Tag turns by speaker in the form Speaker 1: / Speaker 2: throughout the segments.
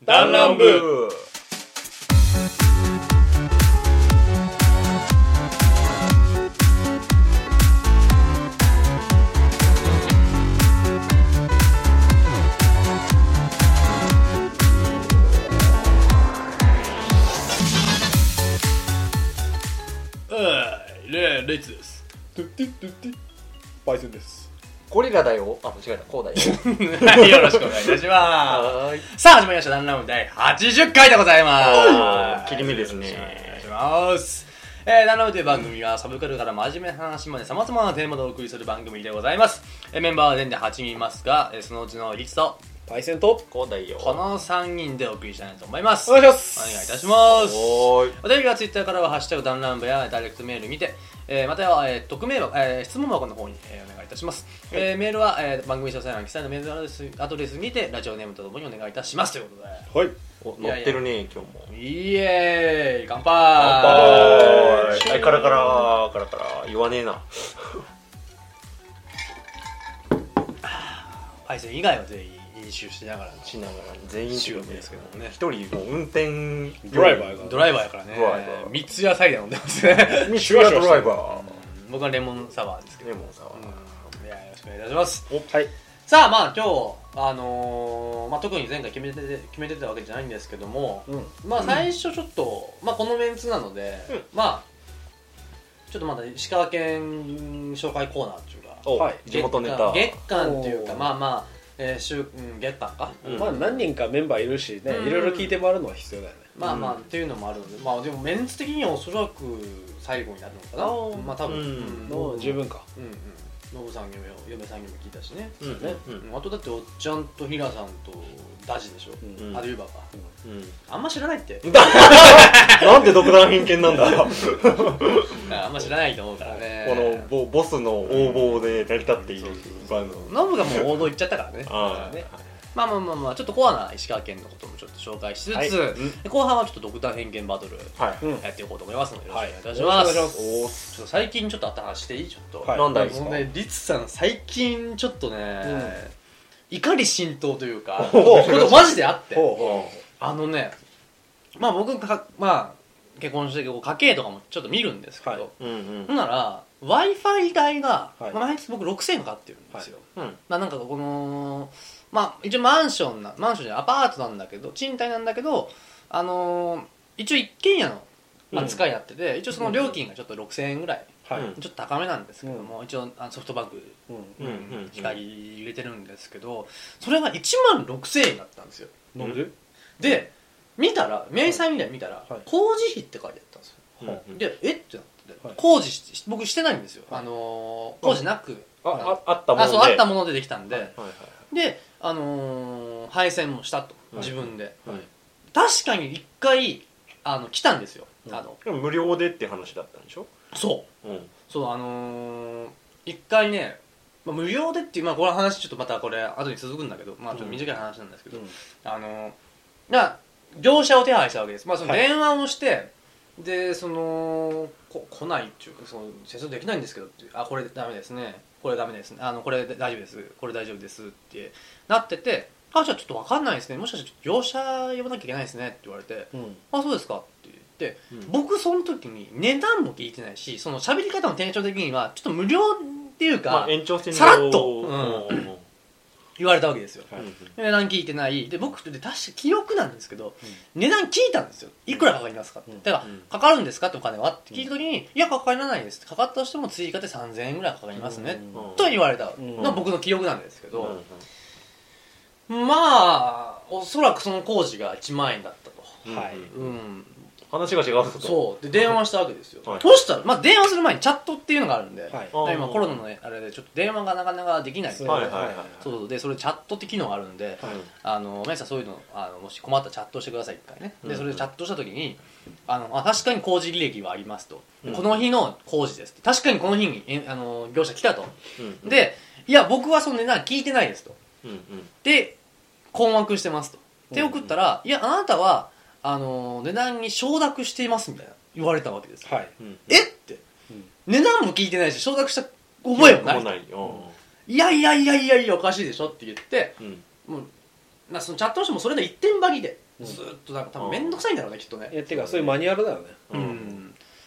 Speaker 1: 弾丸部はいレレイツですトゥッティットゥッティッパイセンです
Speaker 2: ゴリラだよあ間違えたこうだよ
Speaker 3: はいよろしくお願いいたしま
Speaker 2: はーい
Speaker 3: すさあ始まりました「ダンラム」第80回でございます
Speaker 2: 切り目ですね
Speaker 3: よろしくお願いしますえー、ダンラムという番組はサブカルから真面目な話まで様々なテーマでお送りする番組でございます、えーメンバーは全で8人いますが、えーそのうちのリツと
Speaker 1: パイセンと
Speaker 2: こうだよ
Speaker 3: この3人でお送りしたいなと思います
Speaker 1: お願いします
Speaker 3: お願いいたします
Speaker 2: おーい
Speaker 3: お便りはツイッターからは「ハッシュタグダンラン部」やダイレクトメールにて、えーまたは、えー、匿名箱、えー質問箱の方に、えーお願いいたします、えーメールは、えー番組詳細欄記載のメールアドレスアドレスにてラジオネームとともにお願いいたしますということで
Speaker 1: はい
Speaker 2: お乗ってるね今日も
Speaker 3: イエーイ乾杯
Speaker 2: はーいカラカラカラカラ言わねえな
Speaker 3: パイセン以外は全員飲酒しながらの
Speaker 2: しながら全員
Speaker 3: 収録ですけどもね
Speaker 2: 一人もう運転
Speaker 1: ドライバーが
Speaker 3: ドライバーやからね
Speaker 2: ドライバー
Speaker 3: 三ツ矢サイダー飲んでますね
Speaker 2: ミッシュアドライバ
Speaker 3: 僕はレモンサワーですけ
Speaker 2: ー
Speaker 3: ど、
Speaker 2: レモンさんは
Speaker 3: うんいやよろしくお願いいたします
Speaker 1: はい
Speaker 3: さあまあ今日あのーまあ、特に前回決めてて決めてたわけじゃないんですけども、
Speaker 1: うん
Speaker 3: まあ最初ちょっと、まあ、このメンツなので、
Speaker 2: うん
Speaker 3: まあちょっとまだ石川県紹介コーナーっていうか
Speaker 2: お
Speaker 1: はい
Speaker 2: 地元ネタ
Speaker 3: 月間月間っていうか
Speaker 1: おー
Speaker 3: まあまあ、えー週うん、月間か、
Speaker 2: うん
Speaker 1: まあ何人かメンバーいるしね
Speaker 3: うん
Speaker 1: いろいろ聞いて回るのは必要だよね
Speaker 3: まあまあ、
Speaker 2: うん
Speaker 3: っていうのもあるのでまあでもメンツ的にはおそらく最後になるのかな
Speaker 1: あー
Speaker 3: まあ多分、
Speaker 2: うん
Speaker 1: もう十分か
Speaker 3: うんうんノブさんにも嫁さんにも聞いたしね、
Speaker 2: うんうん
Speaker 3: うんあとだっておっちゃんとヒラさんとダジでしょ、
Speaker 1: うん
Speaker 2: うん
Speaker 3: アドユーバーか
Speaker 2: うんうん
Speaker 3: あんま知らないって
Speaker 2: なんで独断偏見なんだ
Speaker 3: あんま知らないと思うからね
Speaker 2: このボボスの横暴で成り立っているバンド
Speaker 3: ノブがもう王道行っちゃったからね
Speaker 2: ああ
Speaker 3: ねまあまあまあまあちょっとコアな石川県のこともちょっと紹介しつつ、
Speaker 1: はい
Speaker 3: で後半はちょっと独断偏見バトル
Speaker 2: はい
Speaker 1: うん
Speaker 3: やっていこうと思いますのでよろ
Speaker 1: は
Speaker 3: し
Speaker 1: い
Speaker 3: くお願いいたします,、
Speaker 1: よろしくお
Speaker 3: ちょ
Speaker 2: お
Speaker 3: っと最近ちょっとあった話していいちょっと、
Speaker 1: はい
Speaker 2: なんだいです
Speaker 3: も
Speaker 2: か
Speaker 3: うねリツさん最近ちょっとね、怒り浸透というか
Speaker 1: ほう
Speaker 3: これマジであって
Speaker 1: ほう
Speaker 2: お
Speaker 3: あのねまあ僕かまあ結婚してこう家計とかもちょっと見るんですけど、
Speaker 1: はい
Speaker 2: うんうん
Speaker 3: ほんなら w i f i 代が、
Speaker 1: はい
Speaker 3: まあ毎月僕6000円かかってるんですよ、
Speaker 2: うん
Speaker 3: まあなんかこのまあ一応マンションなマンションじゃないアパートなんだけど賃貸なんだけどあのー一応一軒家の、まあ、
Speaker 2: うん
Speaker 3: 使いになってて、一応その料金がちょっと6000円ぐらい、
Speaker 1: はい
Speaker 2: うん
Speaker 3: ちょっと高めなんですけども、一応あのソフトバンク
Speaker 1: うん
Speaker 2: うんうん
Speaker 3: 光入れてるんですけどそれが1万6000円だったんですよ
Speaker 1: なんで
Speaker 3: で見たら明細見たら見たら、
Speaker 1: はい
Speaker 3: 工事費って書いてあったんですよ
Speaker 2: うんうん
Speaker 3: でえってなってて、
Speaker 1: はい
Speaker 3: 工事し僕してないんですよ、
Speaker 1: はい
Speaker 3: あのー工事なく、
Speaker 2: あ
Speaker 3: あ
Speaker 2: ああったもん
Speaker 3: あ
Speaker 2: で
Speaker 3: そうあったものでできたんで、
Speaker 2: はいはい
Speaker 3: で、あのー配線もしたと
Speaker 2: い
Speaker 3: 自分で、
Speaker 2: はいはい
Speaker 3: 確かに一回あの来たんですよ、
Speaker 1: うん
Speaker 3: あの
Speaker 2: でも無料でって話だったんでしょ
Speaker 3: そう
Speaker 2: うん
Speaker 3: そうあのー一回ね、まあ、無料でっていう、まあ、この話ちょっとまたこれ後に続くんだけど、まあ、ちょっと短い話なんですけど、あのな業者を手配したわけです、まあ、その
Speaker 1: はい
Speaker 3: 電話をして、でそのこ来ないっていうかその接続できないんですけどってあこれダメですねこれダメですねあのこれ大丈夫ですこれ大丈夫ですってなっててあじゃあちょっと分かんないですねもしかして業者呼ばなきゃいけないですねって言われて
Speaker 1: うん
Speaker 3: あそうですかって言って
Speaker 2: うん
Speaker 3: 僕その時に値段も聞いてないしその喋り方の転調的にはちょっと無料っていう
Speaker 2: ま
Speaker 3: か
Speaker 2: あ延長線上
Speaker 3: さらっと
Speaker 2: を
Speaker 3: うん
Speaker 2: うんうん
Speaker 3: 言われたわけですよ
Speaker 1: はい
Speaker 3: 値段聞いてないで僕で確か記憶なんですけど、
Speaker 1: う
Speaker 3: 値段聞いたんですよいくらかかりますかって、
Speaker 1: うん
Speaker 3: だから、
Speaker 2: うん
Speaker 3: かかるんですかってお金はって聞いた時に、いやかからないですかかったとしても追加で3000円ぐらいかかりますね、
Speaker 1: うん
Speaker 3: と言われた、
Speaker 1: うん
Speaker 3: のが僕の記憶なんですけ
Speaker 2: うん
Speaker 3: ど、まあおそらくその工事が1万円だったと、
Speaker 2: うん
Speaker 1: はい
Speaker 3: うん、
Speaker 2: 話が違うぞと
Speaker 3: そうで電話したわけですよ、
Speaker 2: はい
Speaker 3: そしたら、まあ、電話する前にチャットっていうのがあるんで、
Speaker 1: はい
Speaker 2: あー
Speaker 3: 今コロナのねあれでちょっと電話がなかなかできない
Speaker 1: そう
Speaker 2: はいはいはいはい
Speaker 3: そうそうでそれチャットって機能があるんで、
Speaker 2: はい
Speaker 3: あの皆さんそういうのあのもし困ったらチャットしてください一回ね
Speaker 2: うんう
Speaker 3: で
Speaker 2: ん
Speaker 3: それでチャットした時にあのあ確かに工事履歴はありますと、
Speaker 2: うん
Speaker 3: この日の工事です確かにこの日にえあの業者来たと
Speaker 2: うん
Speaker 3: でいや僕はその値段聞いてないですと
Speaker 2: うんうん
Speaker 3: で困惑してますとで
Speaker 1: うん
Speaker 3: 送ったら、いやあなたはあの値段に承諾していますみたいな言われたわけです、
Speaker 1: はい
Speaker 2: うん
Speaker 3: えって、
Speaker 1: うん
Speaker 3: 値段も聞いてないし承諾した覚えもない
Speaker 2: もないよ
Speaker 3: いやいやいやいやいやおかしいでしょって言って
Speaker 2: うん
Speaker 3: もうなそのチャットの人もそれで一点張りで
Speaker 1: ううん
Speaker 3: ずーっとなんか多分面倒くさいんだろうねきっと
Speaker 4: い
Speaker 3: ね
Speaker 4: やてかそういうマニュアルだよね
Speaker 3: うん、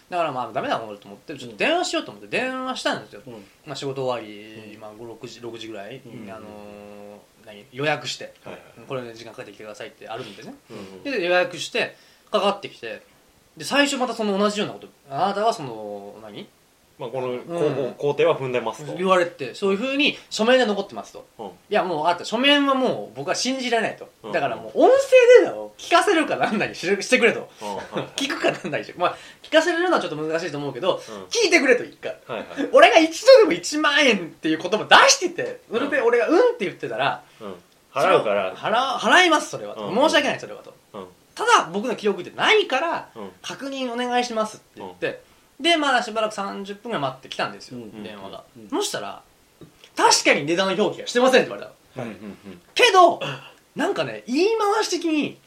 Speaker 3: だからまあダメだこれと思ってちょっと電話しようと思って電話したんですよ、
Speaker 4: うん
Speaker 3: まあ、仕事終わり、
Speaker 4: うん
Speaker 3: まあ、5 6時6時ぐらい、
Speaker 4: うん
Speaker 3: あのー何予約して、
Speaker 2: はいはい
Speaker 3: これで時間かけてきてくださいってあるんでね
Speaker 2: うん
Speaker 3: で予約してかかってきてで最初またその同じようなことあなたはその何
Speaker 2: まあこの工
Speaker 3: うん
Speaker 2: 房工程は踏んでますと
Speaker 3: 言われてそういうふうに書面で残ってますと
Speaker 2: うん
Speaker 3: いやもうあった書面はもう僕は信じられないと
Speaker 2: うん
Speaker 3: だからもう音声データを聞かせるかなんなりししてくれと
Speaker 2: うんはいはい
Speaker 3: 聞くかなんなりしてまあ聞かせれるのはちょっと難しいと思うけど
Speaker 2: うん
Speaker 3: 聞いてくれと一回
Speaker 2: はいはい
Speaker 3: 俺が一度でも1万円っていう言葉出しててそれで俺が「うん」って言ってたら
Speaker 2: うん払うか
Speaker 3: そ
Speaker 2: ら
Speaker 3: れは払払いますそれはと
Speaker 2: うん
Speaker 3: 申し訳ないそれはと
Speaker 2: うんうん
Speaker 3: ただ僕の記憶でないから
Speaker 2: うん
Speaker 3: 確認お願いしますって言って、でまだしばらく30分ぐらい待ってきたんですよ、
Speaker 4: うん
Speaker 3: 電話が、
Speaker 4: うん
Speaker 3: そしたら確かに値段表記がしてませんって言われたの
Speaker 2: うん
Speaker 3: けどなんかね言い回し的に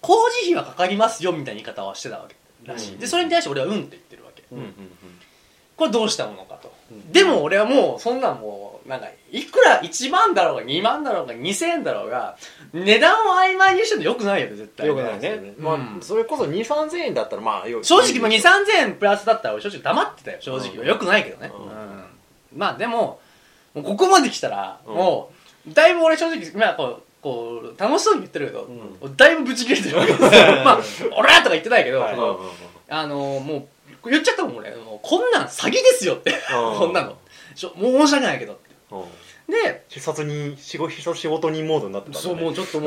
Speaker 3: 工事費はかかりますよみたいな言い方はしてたわけらしい、
Speaker 2: うん
Speaker 3: でそれに対して俺はうんって言ってるわけ
Speaker 2: うんうんうんうん
Speaker 3: これどうしたものかと、
Speaker 4: うん
Speaker 3: でも俺はもうそんなんもうなんかいくら1万だろうが2万だろうが2000円だろうが値段を曖昧にしてるのよくないよね絶対
Speaker 2: よくない
Speaker 4: そう
Speaker 2: ね
Speaker 4: ね
Speaker 2: ま
Speaker 3: うん
Speaker 2: あそれこそ2 3 0円だったらまあよ
Speaker 3: 正直もう2 3 0 0円プラスだったら俺正直黙ってたよ正直
Speaker 2: うん
Speaker 3: よくないけどね、
Speaker 2: うん
Speaker 3: うんまあでももうここまで来たら
Speaker 2: うん
Speaker 3: もうだいぶ俺正直今こうこう楽しそうに言ってるけど、だいぶブチ切れてるわけですよまあ俺らとか言ってないけど、
Speaker 2: はい
Speaker 3: そ
Speaker 2: うんう
Speaker 3: の
Speaker 2: んうん
Speaker 3: あのもう言っちゃったもん俺もうこんなん詐欺ですよってこんなのしょもう申し訳ないけどって
Speaker 2: うん
Speaker 3: で
Speaker 2: 必殺に仕事必殺仕事人モードになってたんだね
Speaker 3: そうもうちょっとも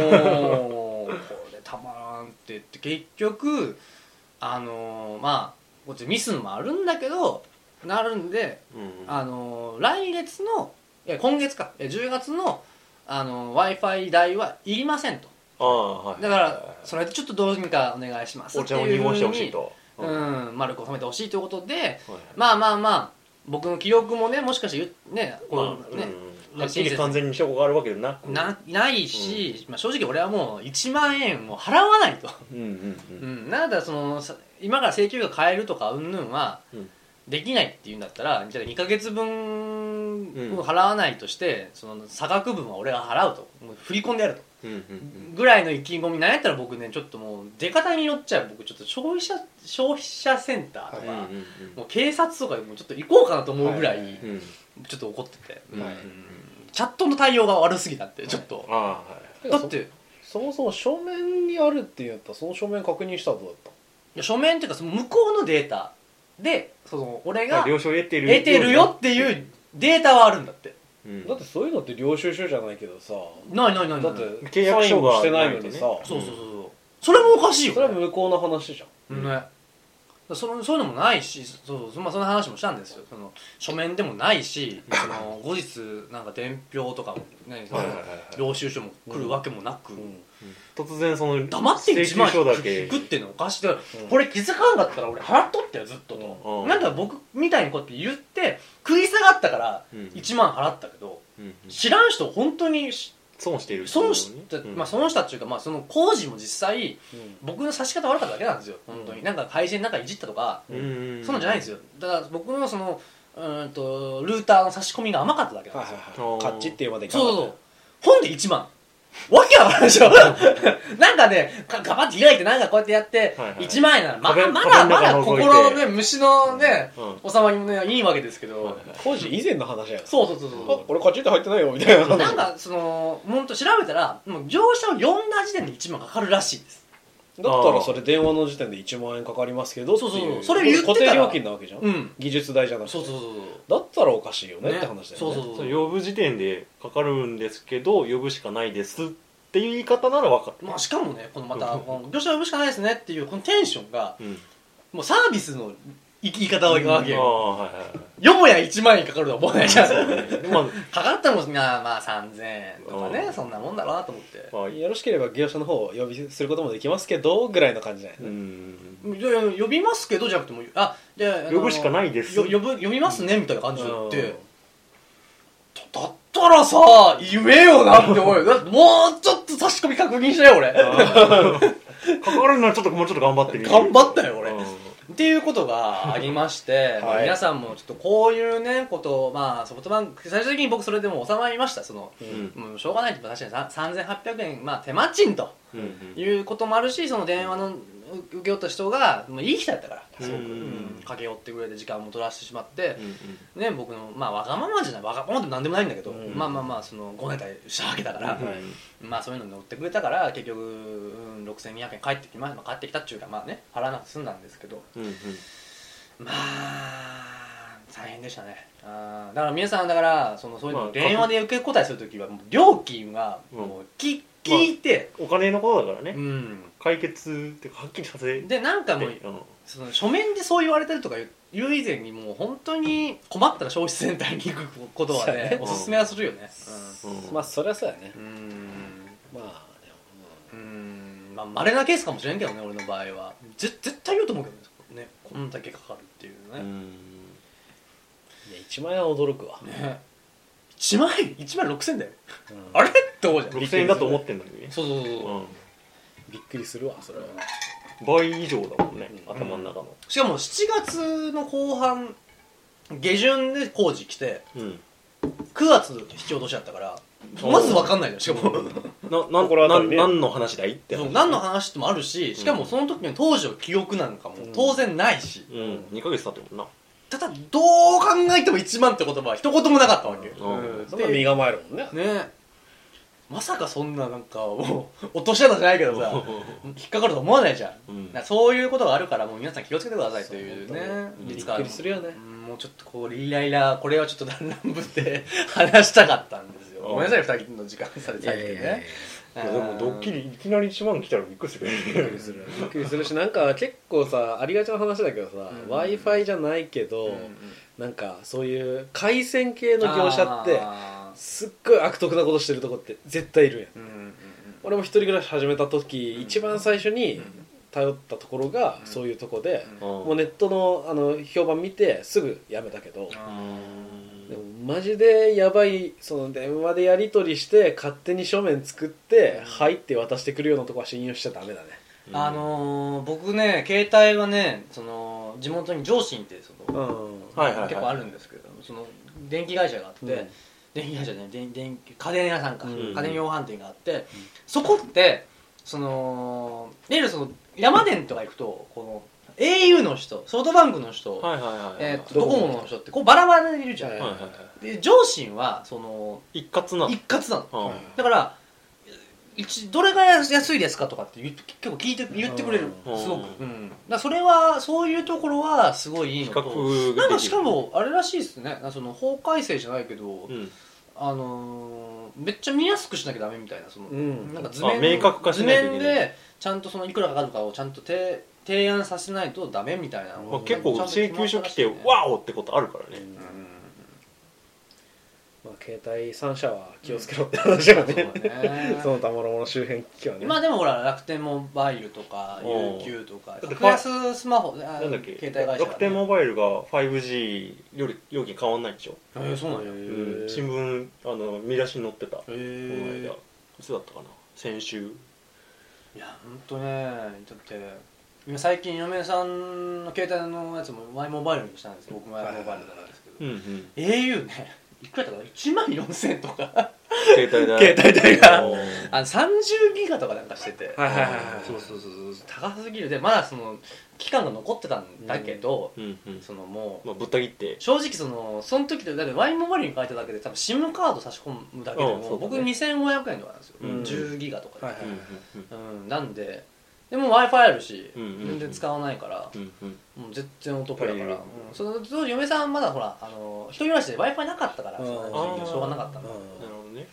Speaker 3: うこ れたまらんって言って結局あのーまあこっちミスもあるんだけどなるんで、
Speaker 2: うんうん
Speaker 3: あのー来月のいや今月かいや10月の、あの w i f i 代はいりませんと
Speaker 2: ああはい
Speaker 3: だからそれでちょっとどうにかお願いします
Speaker 2: お
Speaker 3: って
Speaker 2: 茶を
Speaker 3: いう
Speaker 2: 濁
Speaker 3: ふ
Speaker 2: してほしいうと
Speaker 3: に
Speaker 2: うん
Speaker 3: うん丸く収めてほしいということで
Speaker 2: はい
Speaker 3: まあまあまあ僕の記憶もねもしかして言うねこ
Speaker 2: まあ
Speaker 3: うね、
Speaker 2: うんはっきり完全に証拠があるわけでなく
Speaker 3: なないし、まあ、正直俺はもう1万円を払わないと、
Speaker 2: うんうん
Speaker 3: う
Speaker 2: うん
Speaker 3: ん、なんだったらそのさ今から請求が変えるとかうんぬんは
Speaker 2: うん
Speaker 3: できないっていうんだったらじゃあ2ヶ月分
Speaker 2: うん
Speaker 3: を払わないとして、その差額分は俺が払うともう振り込んでやると、
Speaker 2: うんうん
Speaker 3: ぐらいの意気込みなんやったら僕ねちょっともう出方によっちゃ僕ちょっと消費者消費者センターと
Speaker 2: う
Speaker 3: か、
Speaker 2: んうん
Speaker 3: もう警察とかにもちょっと行こうかなと思うぐらい、
Speaker 4: はい
Speaker 2: うんうん
Speaker 3: ちょっと怒ってて、
Speaker 2: うん
Speaker 4: はい
Speaker 3: チャットの対応が悪すぎたってちょっと、
Speaker 2: ああはい
Speaker 3: だって
Speaker 4: そもそも書面にあるって言ったらその書面確認したらどうだった
Speaker 3: いや書面っていうかその向こうのデータでその俺
Speaker 2: ま
Speaker 3: が
Speaker 2: あ了承得てる
Speaker 3: 得てるよっていうデータはあるんだって
Speaker 2: うん
Speaker 4: だってそういうのって領収書じゃないけどさ
Speaker 3: ないないない
Speaker 4: だ
Speaker 3: ない
Speaker 4: って
Speaker 2: 契約書が
Speaker 4: サインもしてないのにさ
Speaker 2: ないとね
Speaker 3: そうそうそうそうそれもおかしいよ、ね、
Speaker 4: それは向こうの話じゃん
Speaker 3: ねだからそのそういうのもないしそうそう、まあ、その話もしたんですよその書面でもないしその後日なんか伝票とかも、ね、その
Speaker 2: はいはいはいはい
Speaker 3: 領収書も来るわけもなく、
Speaker 4: うん
Speaker 2: 突然その
Speaker 3: 黙って
Speaker 2: 請
Speaker 3: 1万
Speaker 2: 求書
Speaker 3: 円
Speaker 2: だけ
Speaker 3: 引くっていうのはおかしいだから、
Speaker 4: うん
Speaker 3: これ気づかんかったら俺払っとったよずっとと、
Speaker 2: うん
Speaker 3: なんか僕みたいにこうやって言って食い下がったから
Speaker 2: うん
Speaker 3: 1万払ったけど、
Speaker 2: うんうん
Speaker 3: 知らん人本当にし
Speaker 2: 損してる
Speaker 3: 損した、
Speaker 2: うん
Speaker 3: まあ、損したっていうか、まあ、その工事も実際
Speaker 4: うん
Speaker 3: 僕の差し方悪かっただけなんですよ本当に、なんか配線なんかいじったとか、
Speaker 2: うんうん
Speaker 3: そんなんじゃないんですよだから僕のそのうーんとルーターの差し込みが甘かっただけなん
Speaker 4: は
Speaker 3: で
Speaker 4: い
Speaker 3: すよ、
Speaker 4: は
Speaker 2: あ
Speaker 4: いは
Speaker 2: ー
Speaker 4: いカッチっていうまでいか
Speaker 3: そうそうそ
Speaker 4: なかっ
Speaker 3: う本で1万わけわからんでしょ なんかねかガバッて開いてなんかこうやってやって
Speaker 2: はいはい
Speaker 3: 1万円ならまあ
Speaker 2: 壁
Speaker 3: まだ
Speaker 2: 壁
Speaker 3: まだ
Speaker 2: の中覗いて
Speaker 3: 心のね虫のね
Speaker 2: うん
Speaker 3: 収まりもねいいわけですけど
Speaker 2: はいはい
Speaker 4: た工事以前の話やん
Speaker 3: そうそうそう
Speaker 4: あ
Speaker 3: そ
Speaker 4: これカチって入ってないよみたいな
Speaker 3: うなんかそのほんと調べたらもう業者を呼んだ時点で1万かかるらしいです
Speaker 4: だったらそれ電話の時点で1万円かかりますけどって
Speaker 3: そ
Speaker 4: い
Speaker 3: うそうそうそれ言ってたら
Speaker 4: 固定料金なわけじゃん、
Speaker 3: うん
Speaker 4: 技術代じゃなくて
Speaker 3: そうそうそう
Speaker 4: だったらおかしいよ
Speaker 3: そう
Speaker 4: ねって話だよね
Speaker 3: そうそう
Speaker 2: そ
Speaker 3: そうう
Speaker 2: 呼ぶ時点でかかるんですけど呼ぶしかないですっていう言い方なら分かる
Speaker 3: まあしかもねこのまたこの業者呼ぶしかないですねっていうこのテンションが
Speaker 2: うん
Speaker 3: もうサービスの言い方を言うわけ
Speaker 2: あ
Speaker 3: よ
Speaker 2: あはいはいはい
Speaker 3: よもや1万円かかるとは思わないじゃん
Speaker 2: まあ
Speaker 3: かかったもんなまあ3000円とかね
Speaker 2: うん
Speaker 3: そんなもんだろうなと思って
Speaker 2: まあ
Speaker 4: よろしければ業者の方を呼びすることもできますけどぐらいの感じだよ
Speaker 2: う
Speaker 4: ね、
Speaker 2: ん
Speaker 3: いやいや呼びますけどじゃなくてもうあじゃああの
Speaker 2: 呼ぶしかないです
Speaker 3: よ呼ぶ呼びますねみたいな感じで言っ
Speaker 4: う
Speaker 3: て
Speaker 4: ん
Speaker 3: だだったらさ言えよなって思うよだってもうちょっと差し込み確認しなよ俺
Speaker 2: かかるのはちょっともうちょっと頑張ってみる
Speaker 3: 頑張ったよ俺
Speaker 2: うん
Speaker 3: っていうことがありま して、
Speaker 4: い
Speaker 3: まあ皆さんもちょっとこういうねことをまあソフトバンク最終的に僕それでもう収まりましたその
Speaker 2: う
Speaker 4: うんん
Speaker 3: もうしょうがないって確かにさ3800円、まあ、手間賃と
Speaker 2: うんうん
Speaker 3: いうこともあるしその電話のう受け負った人がもういい人だったからすごく、
Speaker 2: うん
Speaker 3: うん駆け寄ってくれて時間も取らせてしまって、ね、僕の、まあ、わがままじゃないわがままでも何でもないんだけど、
Speaker 4: うん
Speaker 3: まあまあまあそのごねたりしたわけだから、
Speaker 4: はい
Speaker 3: まあそういうのに乗ってくれたから結局、うん、6200円返ってきままあ、返ってきたっていうかまあね払わなくて済んだんですけど
Speaker 2: うんうん
Speaker 3: まあ大変でしたねあーだから皆さんだからそのそういう
Speaker 2: まあ
Speaker 3: の電話で受け答えするときはもう料金は
Speaker 2: うん
Speaker 3: もうき聞いて、
Speaker 2: お金のことだからね、
Speaker 3: うん
Speaker 2: 解決っていうかはっきりさせて
Speaker 3: でなんかもう
Speaker 2: あの
Speaker 3: その書面でそう言われてるとかいう言う以前にもう本当に困ったら消費センターに行くことは
Speaker 4: そうや
Speaker 3: ね
Speaker 4: ね
Speaker 3: おすすめはするよね
Speaker 2: うん
Speaker 4: まあそりゃそうやね
Speaker 3: うんうん
Speaker 4: まあでも
Speaker 3: うんまあ稀なケースかもしれんけどね俺の場合はぜ絶対言うと思うけどねこんだけかかるっていう
Speaker 2: う
Speaker 3: ね、
Speaker 2: ん
Speaker 4: うんいや1万円は驚くわ、
Speaker 3: ね1万円1万6000だよ
Speaker 4: うん
Speaker 3: あれって思うじゃん
Speaker 2: 6000円だと思ってんだけどね、
Speaker 3: そうそうそうそう、
Speaker 2: う
Speaker 4: びっくりするわそれは
Speaker 2: ん、倍以上だもんね、
Speaker 4: うん
Speaker 2: 頭の中の
Speaker 3: しかも7月の後半下旬で工事来て
Speaker 2: うん
Speaker 3: 9月引き落としだったからまず分かんないのよしかも
Speaker 2: なな
Speaker 4: 心当たり
Speaker 2: な
Speaker 4: ね
Speaker 2: 何の話だいって話
Speaker 3: そう何の話もあるししかもその時の当時の記憶なんかも当然ないし、
Speaker 2: うん2ヶ月経ってるもんな
Speaker 3: ただどう考えても1万って言葉は一言もなかったわけよ、
Speaker 2: うん
Speaker 4: そんな身構えるもんね
Speaker 3: ねまさかそんななんかもう落とし穴じゃないけど さ引っかかると思わないじゃん、
Speaker 2: うん
Speaker 3: なんかそういうことがあるからもう皆さん気をつけてくださいというね
Speaker 2: う
Speaker 3: い
Speaker 2: ん
Speaker 4: びっ
Speaker 3: つかあ
Speaker 4: く
Speaker 3: る
Speaker 4: りするよね
Speaker 3: うんもうちょっとこうイライラこれはちょっとだんだんぶって 話したかったんですよ
Speaker 2: うん
Speaker 3: ごめんなさい2人の時間されちゃってね
Speaker 2: いやでもドッキ
Speaker 3: リ
Speaker 2: リいきなり1万来たらびっくりするよ
Speaker 4: びっくりするびっくりするしなんか結構さありがちな話だけどさ w i f i じゃないけど、なんかそういう回線系の業者ってすっごい悪徳なことしてるとこって絶対いるや
Speaker 3: うん
Speaker 4: ん
Speaker 3: うんうん
Speaker 4: 俺も一人暮らし始めた時、
Speaker 3: うん
Speaker 4: 一番最初に
Speaker 3: ん
Speaker 4: 頼ったところが
Speaker 3: うん
Speaker 4: そういうとこで、
Speaker 3: うん
Speaker 4: もうネットのあの評判見てすぐやめたけど、
Speaker 2: うん
Speaker 4: でもマジでやばいその電話でやり取りして勝手に書面作っ
Speaker 3: う
Speaker 4: て「
Speaker 3: ん
Speaker 4: はい」って渡してくるようなとこは信用しちゃダメだね
Speaker 3: あのー僕ね携帯はねその地元に上信ってその
Speaker 4: うん
Speaker 2: はいはいはい
Speaker 3: 結構あるんですけどその電気会社があって、
Speaker 4: うん
Speaker 3: 電気会社じゃない電電気家電屋さんか、
Speaker 2: うん
Speaker 3: 家電量販店があって、そこってそのいわゆるその山電とか行くとこの au の人ソフトバンクの人、
Speaker 2: はいはいはい
Speaker 3: えーと
Speaker 4: ド
Speaker 3: ド
Speaker 4: コモ
Speaker 3: コモの人ってこうバラバラでいるじゃん、
Speaker 4: はい
Speaker 2: はいはいは
Speaker 3: で上信はその
Speaker 2: い一括なの
Speaker 3: 一括なの
Speaker 2: うん
Speaker 4: はい
Speaker 3: だから一どれが安いですかとかって言って結構聞いて言ってくれる
Speaker 2: うん
Speaker 3: すごく、
Speaker 2: う
Speaker 3: うんだからそれはそういうところはすごいいい
Speaker 2: 比
Speaker 3: の
Speaker 2: 較
Speaker 3: と
Speaker 2: ができる
Speaker 3: なんかしかもあれらしいですねなんかその法改正じゃないけど、
Speaker 2: うん
Speaker 3: あのーめっちゃ見やすくしなきゃダメみたいなその、
Speaker 4: うん
Speaker 3: なんか図
Speaker 2: あ
Speaker 3: 面
Speaker 2: 明確化しないといけない
Speaker 3: 図面でちゃんとそのいくらかかるかをちゃんと提提案させないとダメみたいなのが
Speaker 2: まあ、結構
Speaker 3: ちゃんと
Speaker 2: 請
Speaker 3: 決ま
Speaker 2: 求
Speaker 3: った
Speaker 2: 書
Speaker 3: ら
Speaker 2: 来
Speaker 3: しい
Speaker 2: て
Speaker 3: ね
Speaker 2: 「ワオ!」ってことあるからね、
Speaker 4: まあ、携帯3社は気をつけろって 話はね,、
Speaker 3: そうだね
Speaker 4: その他もろもろ周辺機器はね、
Speaker 3: まあでもほら楽天モバイルとか
Speaker 2: おう
Speaker 3: UQ とか
Speaker 2: だって
Speaker 3: 格安スマホな
Speaker 2: なんだっけ
Speaker 3: 携帯会社がね
Speaker 2: 楽天モバイルが 5G より料金変わんないでしょ、
Speaker 3: えーそうなんや
Speaker 4: へ
Speaker 3: へ
Speaker 4: ー
Speaker 2: 新聞あの見出しに載ってたこの間
Speaker 3: え
Speaker 2: いつだったかな先週
Speaker 3: いやほんとねだって今最近嫁さんの携帯のやつもマイモバイルにしたんですけど僕もマイモバイルだったんですけど
Speaker 2: うんうん、
Speaker 3: au ねいくらだったかな1万4000とか
Speaker 2: 携帯代
Speaker 3: 携帯代が
Speaker 2: おー
Speaker 3: あの30ギガとかなんかしてて
Speaker 4: はいはいはいはい
Speaker 3: そうそうそうそう高すぎるでまだその期間が残ってたんだけど、
Speaker 2: うんうん
Speaker 3: そのもう
Speaker 2: まあ、ぶった切って
Speaker 3: 正直そのその時ってだって Y モバイルに変えただけで多分 SIM カード差し込むだけでも、
Speaker 2: うんそうだね
Speaker 3: 僕2500円とかなんですよ、
Speaker 2: うん
Speaker 3: 10ギガとかで、
Speaker 4: はいはい
Speaker 3: うん、なんででも w i f i あるし、
Speaker 2: うんうんうん
Speaker 3: 全然使わないから、
Speaker 2: うんうん
Speaker 3: もう全然お得だから、
Speaker 2: やっ
Speaker 3: う
Speaker 2: ぱ
Speaker 3: ん
Speaker 2: り
Speaker 3: その当時嫁さんまだほらあの一人暮らしで w i f i なかったから、
Speaker 4: うん
Speaker 3: その時しょうがなかったの、
Speaker 2: なるほどね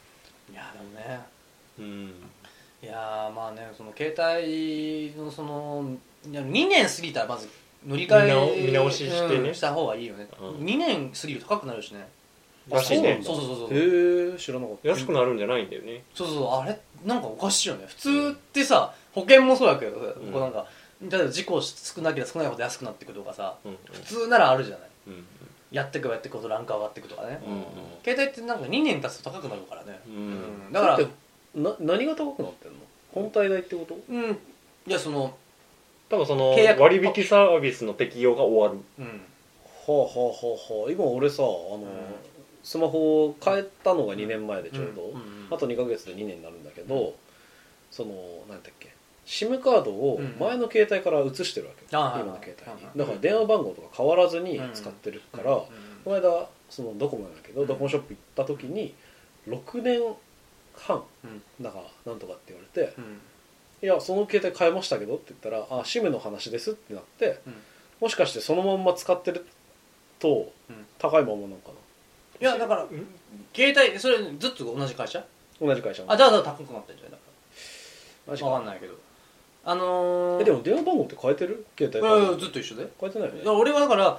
Speaker 3: いやでもね
Speaker 2: うん
Speaker 3: いやーまあねその携帯のそのいや2年過ぎたらまず乗り換え
Speaker 2: 見直見直ししてね
Speaker 3: うんした方がいいよね、
Speaker 2: うん
Speaker 3: 2年過ぎると高くなるしね
Speaker 2: らしいね
Speaker 3: そうそうそうそう
Speaker 4: へえ知らなかった
Speaker 2: 安くなるんじゃないんだよね
Speaker 3: そうそうあれなんかおかしいよね普通ってさ保険もそうやけどさ、
Speaker 2: うん
Speaker 3: こうなんか例えば事故少なければ少ないほど安くなってくとかさ
Speaker 2: うん
Speaker 3: 普通ならあるじゃない
Speaker 2: うんうん
Speaker 3: やっていけばやっていくほどランク上がっていくとかね、
Speaker 2: うん
Speaker 3: 携帯ってなんか2年経つと高くなるからね、
Speaker 2: う
Speaker 3: うんだから
Speaker 4: だってな何が高くなってんの本体代ってこと
Speaker 3: うんいやその
Speaker 2: 多分その
Speaker 3: 契約
Speaker 2: 割引サービスの適用が終わる
Speaker 3: うん
Speaker 4: ほうほうほうほう今俺さあの、
Speaker 3: ん
Speaker 4: スマホを変えたのが2年前でちょうど、
Speaker 3: んん
Speaker 4: あと2ヶ月で2年になるんだけど、そのなんだっけ SIM カードを前の携帯から移してるわけ、
Speaker 3: あー
Speaker 4: 今の携帯に、
Speaker 3: はい
Speaker 4: だから電話番号とか変わらずに使ってるから、
Speaker 3: うん
Speaker 4: この間そのドコモなんだけど、
Speaker 3: うん
Speaker 4: ドコモショップ行った時に6年半
Speaker 3: うん
Speaker 4: だからなんとかって言われて
Speaker 3: うんうん
Speaker 4: 「いやその携帯変えましたけど」って言ったら「あ SIM の話です」ってなって、
Speaker 3: うん
Speaker 4: もしかしてそのまんま使ってると
Speaker 3: うん
Speaker 4: 高いままなのか
Speaker 3: いやだから携帯それずっと同じ会社
Speaker 4: な同じ会社の
Speaker 3: あだから高くなってんじゃないだか
Speaker 4: マジ
Speaker 3: らわか
Speaker 4: か
Speaker 3: んないけどあのー、
Speaker 4: えでも電話番号って変えてる携
Speaker 3: い
Speaker 4: 帯
Speaker 3: やい
Speaker 4: 変
Speaker 3: や
Speaker 4: えて
Speaker 3: ずっ
Speaker 4: る
Speaker 3: と一緒で
Speaker 4: 変えてないよね
Speaker 3: いや俺はだから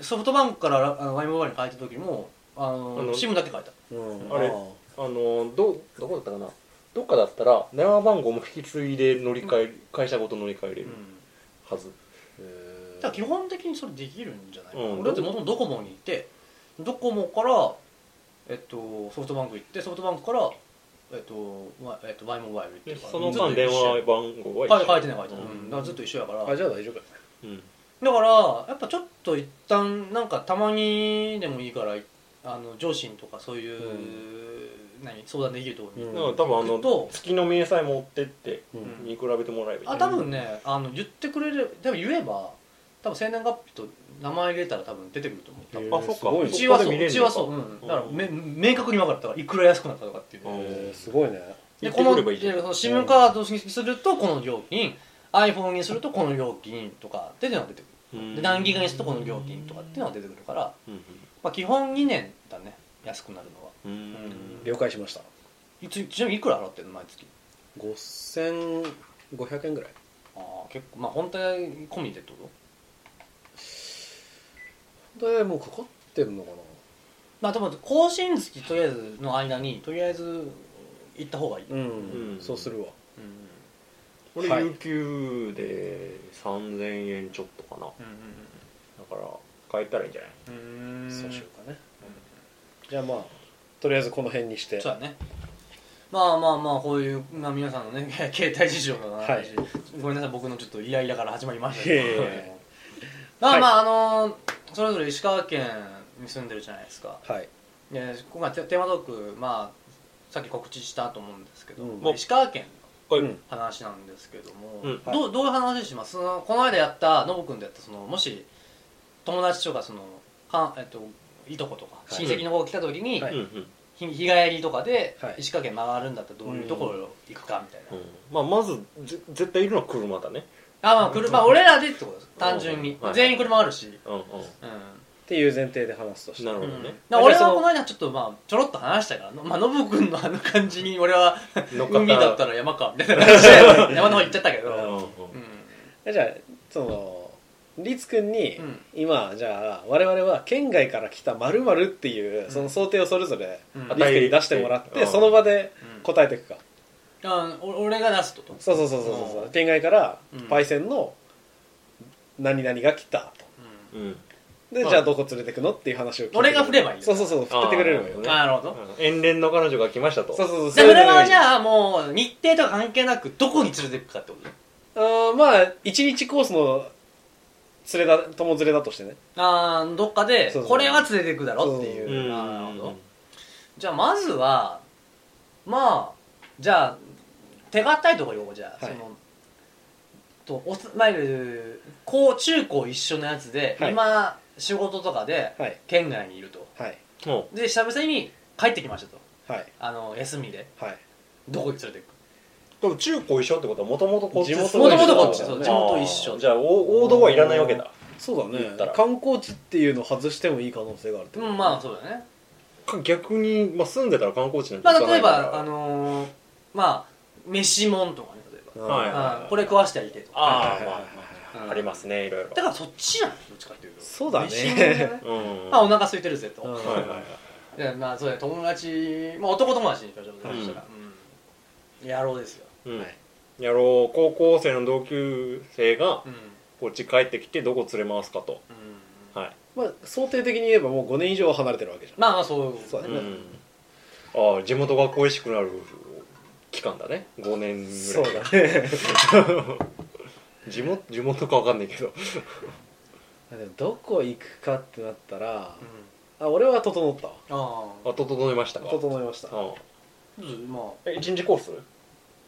Speaker 3: ソフトバンクからあの Y モバイルに変えた時もあの
Speaker 2: あの
Speaker 3: SIM だけ変えた
Speaker 4: うん
Speaker 2: あれあのどどこだったかなどっかだったら電話番号も引き継いで乗り換える会社ごと乗り換えれ
Speaker 3: うん
Speaker 2: るはず
Speaker 4: へー
Speaker 3: だから基本的にそれできるんじゃない、
Speaker 2: うん
Speaker 3: 俺だってもともとドコモにいてドコモから、えっと、ソフトバンク行ってソフトバンクから、えっとまえっと、Y モバイル行って
Speaker 2: で
Speaker 3: るから
Speaker 2: その間電話番号は
Speaker 3: 変え変えてない変えてない、
Speaker 2: う
Speaker 3: うんだからずっと一緒やから
Speaker 4: あじゃあ大丈夫だね
Speaker 2: うん
Speaker 3: だからやっぱちょっと一旦なんかたまにでもいいからあの上司にとかそういう、何相談できるところに、
Speaker 4: うん
Speaker 2: だから多分あ
Speaker 3: 行くと
Speaker 2: の月の明細持ってって
Speaker 4: うんん
Speaker 2: 見比べてもらえばいい
Speaker 3: あ多分ねあの言ってくれる多分言えば多分生年月日と名前入れたら多分出てくると思う多分
Speaker 4: へ
Speaker 2: あそっ
Speaker 4: す
Speaker 2: か
Speaker 4: ごいうね
Speaker 3: ちはそう
Speaker 2: ここで見れ
Speaker 3: う
Speaker 2: るのか
Speaker 3: ちはそう、うん、だからめ明確に分かるだからいくら安くなったとかっていうの
Speaker 2: うん
Speaker 4: へーすごいね
Speaker 3: で
Speaker 2: 言っ
Speaker 3: こ
Speaker 2: てく
Speaker 3: の
Speaker 2: ればいいじゃん
Speaker 3: でその SIM カードにするとこの料金 iPhone にするとこの料金とかっていうのが出てくるで何ギガにするとこの料金とかっていうのが出てくるから、
Speaker 2: うん
Speaker 3: まあ、基本2年だね安くなるのは
Speaker 2: うんうん
Speaker 3: うん
Speaker 4: 了解しました
Speaker 3: いつちなみにいくら払ってるの毎月
Speaker 4: 5500円ぐらい
Speaker 3: ああ結構まあ本体込みでってこと
Speaker 4: でもうかかってるのかな
Speaker 3: まあでも更新月とりあえずの間にとりあえず行った方がいい、
Speaker 4: うん、
Speaker 2: うん
Speaker 4: そうするわ
Speaker 3: うん
Speaker 2: 俺
Speaker 4: はい
Speaker 2: 有給で3000円ちょっとかなだから変えたらいいんじゃない
Speaker 3: うんうんうん
Speaker 4: そうしようかね、じゃあまあとりあえずこの辺にして
Speaker 3: そうだねまあまあまあこういう、まあ、皆さんのね 携帯事情の話、
Speaker 4: はい
Speaker 3: ごめんなさい僕のちょっとイライラから始まりました
Speaker 4: いえい
Speaker 3: けど
Speaker 4: え
Speaker 3: ま
Speaker 4: は
Speaker 3: あ
Speaker 4: い
Speaker 3: まあ、あのーそれぞれ石川県に住んでるじゃないですか
Speaker 4: はい
Speaker 3: で今回テテーマトーク、まあ、さっき告知したと思うんですけど、
Speaker 4: うん
Speaker 3: まあ石川県
Speaker 2: はい
Speaker 4: うん
Speaker 3: の話なんですけども、
Speaker 2: うん
Speaker 3: どうどういう話しますそのこの間やったノブ君でやったそのもし友達とかそのかん、えっと、いとことか
Speaker 4: はい
Speaker 3: 親戚の方が来た時に、
Speaker 4: はい
Speaker 2: うんうん
Speaker 3: ひ日帰りとかで
Speaker 4: はい
Speaker 3: 石川県回るんだったらどういうところ行くかみたいな、
Speaker 2: うんまあまずぜ絶対いるのは車だね
Speaker 3: あまあ車、まあ、俺らでってことです単純に、
Speaker 2: うんはい
Speaker 3: 全員車あるし、
Speaker 2: うんうん
Speaker 3: うん
Speaker 4: っていう前提で話すとして
Speaker 2: なるほ
Speaker 3: う
Speaker 2: ど
Speaker 3: ん
Speaker 2: ね
Speaker 3: だから俺はこの間ちょっとまあちょろっと話したから、まあ、ノブ君のあの感じに俺は
Speaker 2: 乗っか
Speaker 3: 海だった
Speaker 2: ら
Speaker 3: ら山かみた いな感じで山の方行っちゃったけど、
Speaker 2: うんうん
Speaker 3: う
Speaker 4: じゃあそのリツくんに、
Speaker 3: うん
Speaker 4: 今じゃあ我々は県外から来たまるっていうその想定をそれぞれ
Speaker 3: うん
Speaker 4: リツくんに出してもらって、
Speaker 2: うん
Speaker 4: その場で
Speaker 3: うん
Speaker 4: 答えていくか、
Speaker 3: ん、お俺が出すとと、
Speaker 4: そうそうそうそうそう
Speaker 3: うん
Speaker 4: 県外から
Speaker 3: うん
Speaker 4: パイセンの何々が来たと
Speaker 3: う
Speaker 2: うん
Speaker 4: で、
Speaker 2: はい
Speaker 4: じゃあどこ連れてくのっていう話を聞いてくれ
Speaker 3: 俺が振ればいいよ
Speaker 4: そうそうそう振ってくれればいいよ
Speaker 3: ん、
Speaker 4: ね
Speaker 3: あなるほど、
Speaker 2: うん遠恋の彼女が来ましたと
Speaker 4: そうそうそう
Speaker 3: じゃあ
Speaker 4: そ
Speaker 3: 俺
Speaker 4: れがいい
Speaker 3: はじゃあもう日程とか関係なくどこに連れてくかってこと
Speaker 4: あーまあ一日コースの連れだ友連れだとしてね
Speaker 3: あーどっかで
Speaker 4: そうそう
Speaker 3: これは連れてくだろっていう
Speaker 2: うん
Speaker 3: う、
Speaker 2: ん
Speaker 3: あーなるほどじゃあまずはまあじゃあ手堅いところよじゃあ、
Speaker 4: はい
Speaker 3: そのとおつまる高中高一緒のやつで、
Speaker 4: はい
Speaker 3: 今仕事とかで
Speaker 4: はい
Speaker 3: 県外にいると
Speaker 4: はい
Speaker 2: も
Speaker 3: で久々に帰ってきましたと
Speaker 4: はい
Speaker 3: あの休みで
Speaker 4: はい
Speaker 3: どこに連れて
Speaker 2: うでも中高一緒ってことはもともとこっち
Speaker 4: 地元
Speaker 3: くもともとこっちそう
Speaker 4: ね
Speaker 3: 地元一緒
Speaker 2: あーじゃあお王道はいらないわけだ
Speaker 4: そうだ
Speaker 2: 言った
Speaker 4: ね
Speaker 2: ら
Speaker 4: 観光地っていうのを外してもいい可能性があるってこと
Speaker 3: うんまあそうだね
Speaker 2: か逆に、まあ、住んでたら観光地なんて
Speaker 3: まあ
Speaker 2: 行かな
Speaker 3: 例え
Speaker 2: いから
Speaker 3: ばあのーまあ飯もんとかね例えば、
Speaker 2: はい
Speaker 3: うんこれ食わしてはいてとか
Speaker 2: あ
Speaker 4: は
Speaker 2: ー
Speaker 4: いはい
Speaker 2: ま
Speaker 4: は
Speaker 2: あ
Speaker 4: いはい
Speaker 3: うん
Speaker 2: ありますねいろいろ
Speaker 3: だからそっちじゃないどっちかっていうと
Speaker 4: そうだね
Speaker 3: 飯もんだ ね
Speaker 2: うん
Speaker 3: まあお腹空いてるぜと、
Speaker 4: うん
Speaker 2: はいはいはい
Speaker 3: いやまあそうだよ友達、まあ、男友達にしましょうそしたら、うん、野郎ですよ、
Speaker 2: うん
Speaker 4: はい
Speaker 2: やろう高校生の同級生が
Speaker 3: うん
Speaker 2: こっち帰ってきてどこ連れ回すかとはい
Speaker 4: まあ想定的に言えばもう5年以上離れてるわけじゃん
Speaker 3: まあまあそういうこと
Speaker 4: そ
Speaker 3: ね
Speaker 4: うだね
Speaker 2: ああ地元が恋しくなる期間だね5年ぐらい
Speaker 4: そうだね
Speaker 2: 地元地元かわかんないけど
Speaker 4: あ でもどこ行くかってなったら
Speaker 3: うん、
Speaker 4: あ俺は整ったわ
Speaker 3: ああ
Speaker 2: あ整いましたか
Speaker 4: 整いました
Speaker 2: うん
Speaker 3: まあ
Speaker 2: え一日コース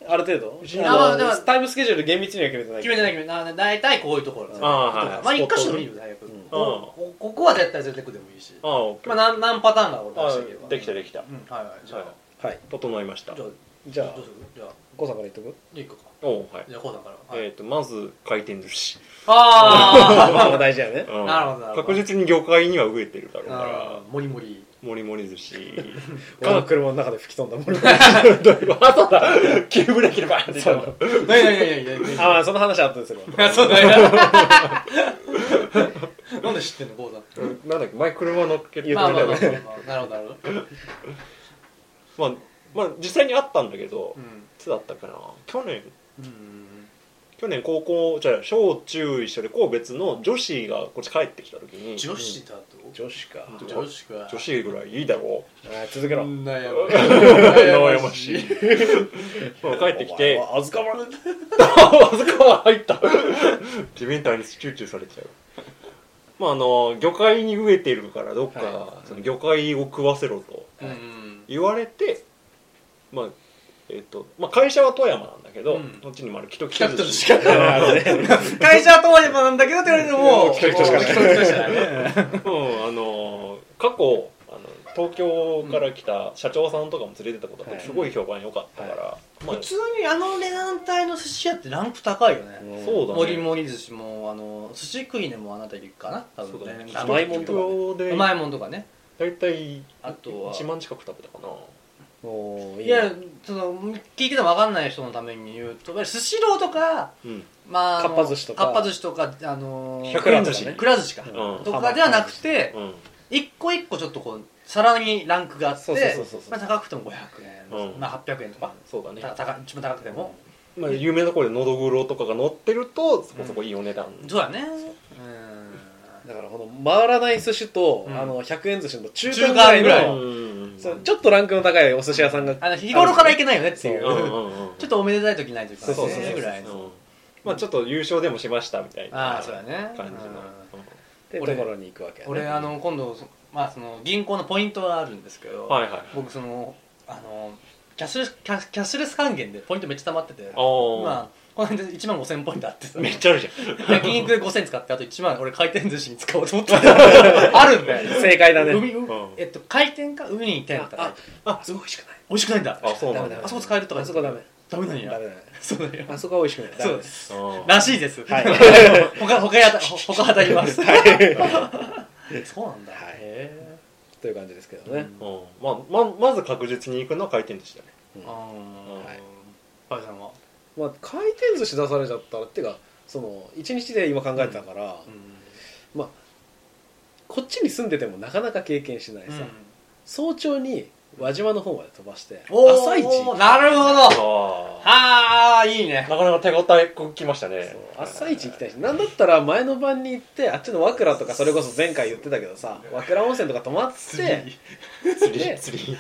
Speaker 4: ある程度
Speaker 2: 一日
Speaker 4: あの
Speaker 3: あーだから
Speaker 4: タイムスケジュール厳密には決めてない
Speaker 3: 決めてない決めてない大体こういうところですね
Speaker 2: ああはいはい
Speaker 3: まあ一箇所でもいいよ大学、
Speaker 4: うん
Speaker 3: ここここは絶対絶対行くでもいいし、
Speaker 2: ああオッケ
Speaker 3: ま
Speaker 2: ー
Speaker 3: あ、何何パターンか俺出していけば
Speaker 2: あできたできた
Speaker 3: うんはいはいじゃあ、
Speaker 2: はい
Speaker 4: はい
Speaker 2: 整いました
Speaker 3: じゃあ
Speaker 4: じゃあ
Speaker 3: どうするじゃあ
Speaker 4: コウさんから言っとく
Speaker 3: リックか
Speaker 2: おうはい
Speaker 3: じゃあコウさんから、はい
Speaker 2: えっとまず回転寿司
Speaker 3: あ
Speaker 4: まあまあ大事やね
Speaker 2: うん
Speaker 3: なるほどなるほど
Speaker 2: 確実に魚介には飢えてる だろう
Speaker 3: ー
Speaker 2: か
Speaker 3: あーもりもり
Speaker 2: らもりもり寿司
Speaker 4: 俺の車の中で吹き飛んだもん
Speaker 2: あそうだ急ブレーキでバーンっていったの
Speaker 3: ないないないないない
Speaker 4: あまあその話は後でするわ
Speaker 3: あそうだよなんで知ってんのコウさん
Speaker 2: うんなんだっけ前車乗っけて
Speaker 4: 言
Speaker 3: まあ
Speaker 4: って
Speaker 3: まあま
Speaker 4: くれ
Speaker 3: あ
Speaker 4: たよ
Speaker 3: まあまあなるほどなるほど
Speaker 2: まあまあ実際にあったんだけど
Speaker 3: うん
Speaker 2: いつだったかな去年
Speaker 3: うん
Speaker 2: 去年高校じゃあ小中一緒で個別の女子がこっち帰ってきた時に
Speaker 3: 女子だと
Speaker 4: 女子か
Speaker 2: ん
Speaker 3: 女子か
Speaker 2: 女子ぐらいいいだろ
Speaker 4: はい続け
Speaker 3: そ
Speaker 4: ろ
Speaker 3: んなや
Speaker 2: う
Speaker 3: ばい
Speaker 2: 羨ましい まあ帰ってきて
Speaker 4: お前は預かまれて
Speaker 2: あわずかは入った地面体にチューチューされちゃうまああの魚介に飢えてるからどっか、
Speaker 4: は
Speaker 2: その魚介を食わせろと
Speaker 3: うんうん
Speaker 2: 言われてまあえっ、と、まあ、会社は富山なんだけど、
Speaker 3: うん
Speaker 2: こっちにもある北
Speaker 3: キャプテ
Speaker 2: 北寿
Speaker 3: ン
Speaker 2: 司
Speaker 3: しか
Speaker 4: なるほど ね
Speaker 3: 会社は当時もなんだけどって言われても
Speaker 4: もう一人一人しかな
Speaker 3: もう一人
Speaker 4: い
Speaker 3: 一人しかないね
Speaker 2: うんあの過去あの東京から来た社長さんとかも連れてったことあって、
Speaker 4: はい
Speaker 2: すごい評判良かったから、まあ
Speaker 3: 普通にあの値段帯の寿司屋ってランク高いよね
Speaker 2: そうだね
Speaker 3: もりもり寿司もあの寿司食いねもあなたいるかな多
Speaker 2: そう
Speaker 3: 分
Speaker 2: だ
Speaker 3: ね
Speaker 2: ね
Speaker 3: ラン
Speaker 4: う
Speaker 3: ク
Speaker 4: まいもんとか
Speaker 2: で
Speaker 3: うまいもんとかね
Speaker 2: 大体
Speaker 3: あとは
Speaker 2: 1万近く食べたかな
Speaker 4: おーい
Speaker 3: い
Speaker 4: いね
Speaker 3: やその聞いても分かんない人のために言うとやっぱり寿司ローとか
Speaker 2: うん
Speaker 3: まああの
Speaker 4: かっぱ寿司とか
Speaker 3: かっぱ寿司とかあの
Speaker 2: 100円寿司
Speaker 3: くら寿司か
Speaker 2: うん
Speaker 3: とかではなくて
Speaker 2: うん
Speaker 3: 一個一個ちょっとこう皿にランクがあって
Speaker 4: そうそうそうそう
Speaker 3: まあ高くても500円、
Speaker 2: うん
Speaker 3: まあ800円とか
Speaker 2: そうだね
Speaker 3: た高一番高くても、
Speaker 2: まあ、有名なところでのどぐろとかが乗ってるとそこそこいいお値段、
Speaker 3: そうだね
Speaker 4: だからこの回らない寿司と、
Speaker 3: うん
Speaker 4: あの100円寿司の中
Speaker 3: 中
Speaker 4: 間ぐ
Speaker 3: 間
Speaker 4: らい
Speaker 3: ぐらい
Speaker 4: の
Speaker 2: うん
Speaker 4: そうちょっとランクの高いお寿司屋さんが
Speaker 3: あの日頃からいけないよねっていう
Speaker 4: そう
Speaker 2: うんうんう ん
Speaker 3: ちょっとおめでたい時ないというか
Speaker 4: そうそうそう
Speaker 3: ねぐらいの
Speaker 2: うんまあちょっと優勝でもしましたみたい
Speaker 3: あ
Speaker 2: な
Speaker 3: あそうだね
Speaker 2: 感じ
Speaker 3: う
Speaker 2: の、
Speaker 4: ってところに行くわけやね、
Speaker 3: 俺あの今度、まあ、その銀行のポイントがあるんですけ
Speaker 2: う
Speaker 3: ど、
Speaker 2: んはいはい
Speaker 3: 僕そのあのキャッシュレスキャキャッシュレス還元でポイントめっちゃ溜まってて
Speaker 2: あー、
Speaker 3: まあこの辺で1万5000ポイントあってさ
Speaker 2: めっちゃあるじゃん
Speaker 3: 焼肉で5000使ってあと1万俺回転寿司に使おうと思ってたあるんだよ
Speaker 4: 正解だね
Speaker 3: 海、海
Speaker 2: うん
Speaker 3: えっと回転か海に行ったんやったら
Speaker 4: あすごい美味しくない
Speaker 3: 美味しくないんだ
Speaker 2: あそうなん
Speaker 4: ダメ
Speaker 2: だ
Speaker 4: だ
Speaker 3: あそこ使えるとか
Speaker 4: あそこダメ
Speaker 3: ダメなんや
Speaker 4: ダメだね
Speaker 3: そうだよ
Speaker 4: あそこは美味しくないダメ
Speaker 3: そうです
Speaker 2: うん
Speaker 3: らしいです
Speaker 4: は い
Speaker 3: 他他やた他はたりますそうなんだ
Speaker 4: はい
Speaker 3: へ
Speaker 4: という感じですけど
Speaker 3: え
Speaker 4: ね、
Speaker 2: うんまあ、ままず確実に行くのは回転寿司だね
Speaker 3: あー
Speaker 2: はい
Speaker 3: パイさんは
Speaker 4: まあ、回転寿司出されちゃったらっていうかその1日で今考えてたから、こっちに住んでてもなかなか経験しないさ、早朝に輪島の方まで飛ばして
Speaker 3: おー
Speaker 4: 朝一
Speaker 3: なるほどあ
Speaker 2: あ
Speaker 3: ーいい
Speaker 2: あ
Speaker 3: ね
Speaker 2: なかなか手応えこきましたね
Speaker 4: そう朝一行きたいし何だったら前の晩に行ってあっちの和倉とかそれこそ前回言ってたけどさ和倉温泉とか泊まって
Speaker 2: 釣り
Speaker 4: ね
Speaker 2: 釣り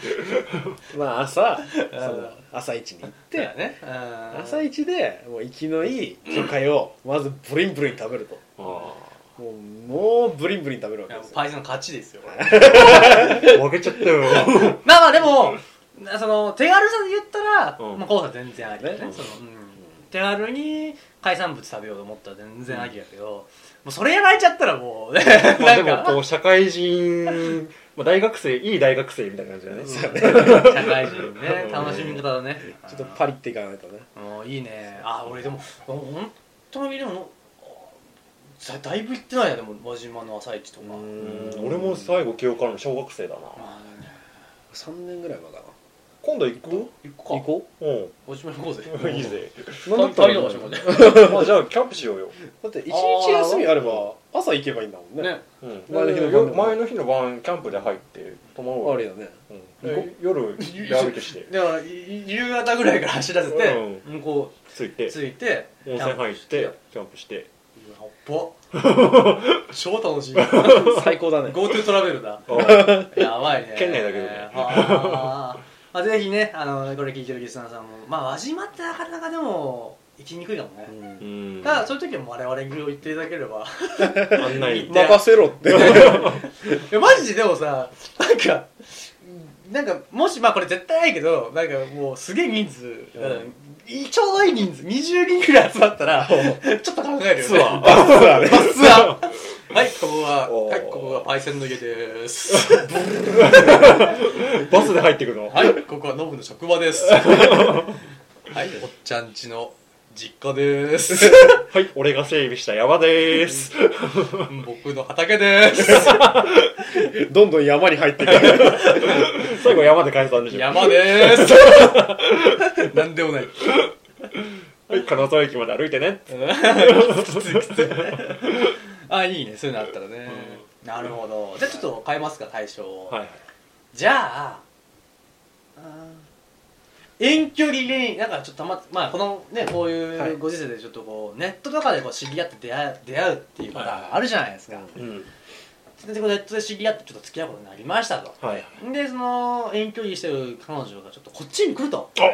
Speaker 4: まあ朝その朝一に行っ
Speaker 3: だよ
Speaker 4: て
Speaker 3: ねうん
Speaker 4: 朝一でもう生きのいい魚介をまずブリンブリン食べると
Speaker 2: あ
Speaker 4: もうもうブリンブリン食べる
Speaker 3: い
Speaker 4: わけ
Speaker 3: や
Speaker 4: ですよ
Speaker 3: パイさんの勝ちですよこれ
Speaker 2: あ負けちゃったよ
Speaker 3: まあまあでもなその手軽さで言ったら、
Speaker 2: うん
Speaker 3: まあ、コウさん全然ありだよね
Speaker 2: ね
Speaker 3: その、うん手軽に海産物食べようと思ったら全然ありやけど、もうそれやられちゃったらもうなんか、
Speaker 2: まあでもこう社会人、まあ、大学生いい大学生みたいな感じだね、
Speaker 3: 社会人ね
Speaker 2: うん
Speaker 3: 楽しみ方だね
Speaker 4: ちょっとパリっていかないとね
Speaker 3: もういいねあ俺でも本当にでもだだいぶ行ってないやでも輪島の朝市とか、
Speaker 2: うん俺も最後記憶あるの小学生だな
Speaker 3: まあね
Speaker 4: 3年ぐらい前か
Speaker 2: 今度行く
Speaker 3: 行くか
Speaker 4: な行こ
Speaker 2: うん
Speaker 3: 輪島行こうぜ
Speaker 2: いいぜ
Speaker 4: うなんだった
Speaker 3: 旅
Speaker 4: ら
Speaker 3: と
Speaker 4: だ
Speaker 3: かしようか
Speaker 2: あじゃあキャンプしようよ、
Speaker 4: って一日休みあれば朝行けばいいんだもんね
Speaker 3: ねね
Speaker 2: うん、
Speaker 4: 前の日の晩
Speaker 2: よ前の日の晩キャンプで入って泊まろう
Speaker 4: あ
Speaker 2: よ
Speaker 4: れだね
Speaker 2: うんで 夜ラーメンして
Speaker 3: だからい夕方ぐらいから走らせて、
Speaker 2: う
Speaker 3: 向こ
Speaker 2: 着いうて
Speaker 3: ついて
Speaker 2: 温泉入ってキャンプして
Speaker 3: うわおっ ぱ超楽しい
Speaker 4: 最高だね
Speaker 3: GoTo トラベルだ
Speaker 2: あ
Speaker 3: やばいね
Speaker 2: 県内だけどね
Speaker 3: あーまあぜひねあのこれ聞いてるリスナーさんもまあ輪島ってなかなかでも行きにくいかもね、
Speaker 4: うん
Speaker 2: うん
Speaker 3: ただそういう時はもう我々に言っていただければ
Speaker 2: 案内
Speaker 1: 任せろって。
Speaker 3: いやマジででもさなんかなんかもしまあこれ絶対ないけどなんかもうすげえ人数、うんいちょうどいい人数20人ぐらい集まったらちょっと考えるよ
Speaker 2: ツ
Speaker 3: ね
Speaker 2: アー
Speaker 1: あ、そうだね。
Speaker 3: バ スははいここは
Speaker 1: おー
Speaker 3: はいここがパイセンの家です
Speaker 2: バスで入ってくの
Speaker 3: はいここはノブの職場ですはいおっちゃんちの実家です
Speaker 2: はい俺が整備した山でーす
Speaker 3: 僕の畑です
Speaker 1: どんどん山に入っていく。
Speaker 2: 最後山で解散でしょ
Speaker 3: 山でーすなんでもない
Speaker 2: はい金沢駅まで歩いてね
Speaker 3: きついきついあいいねそういうのあったらね、なるほどじゃあちょっと変えますか対象を、
Speaker 2: はい
Speaker 3: じゃああー遠距離恋なんかちょっとたままあこのねこう
Speaker 1: はいいう
Speaker 3: ご時世でちょっとこうネットとかでこう知り合って出会う出会うっていうパターンあるじゃないですか、
Speaker 2: うん
Speaker 3: でこうネットで知り合ってちょっと付き合うことになりましたと
Speaker 2: はい
Speaker 3: でその遠距離してる彼女がちょっとこっちに来ると
Speaker 2: あ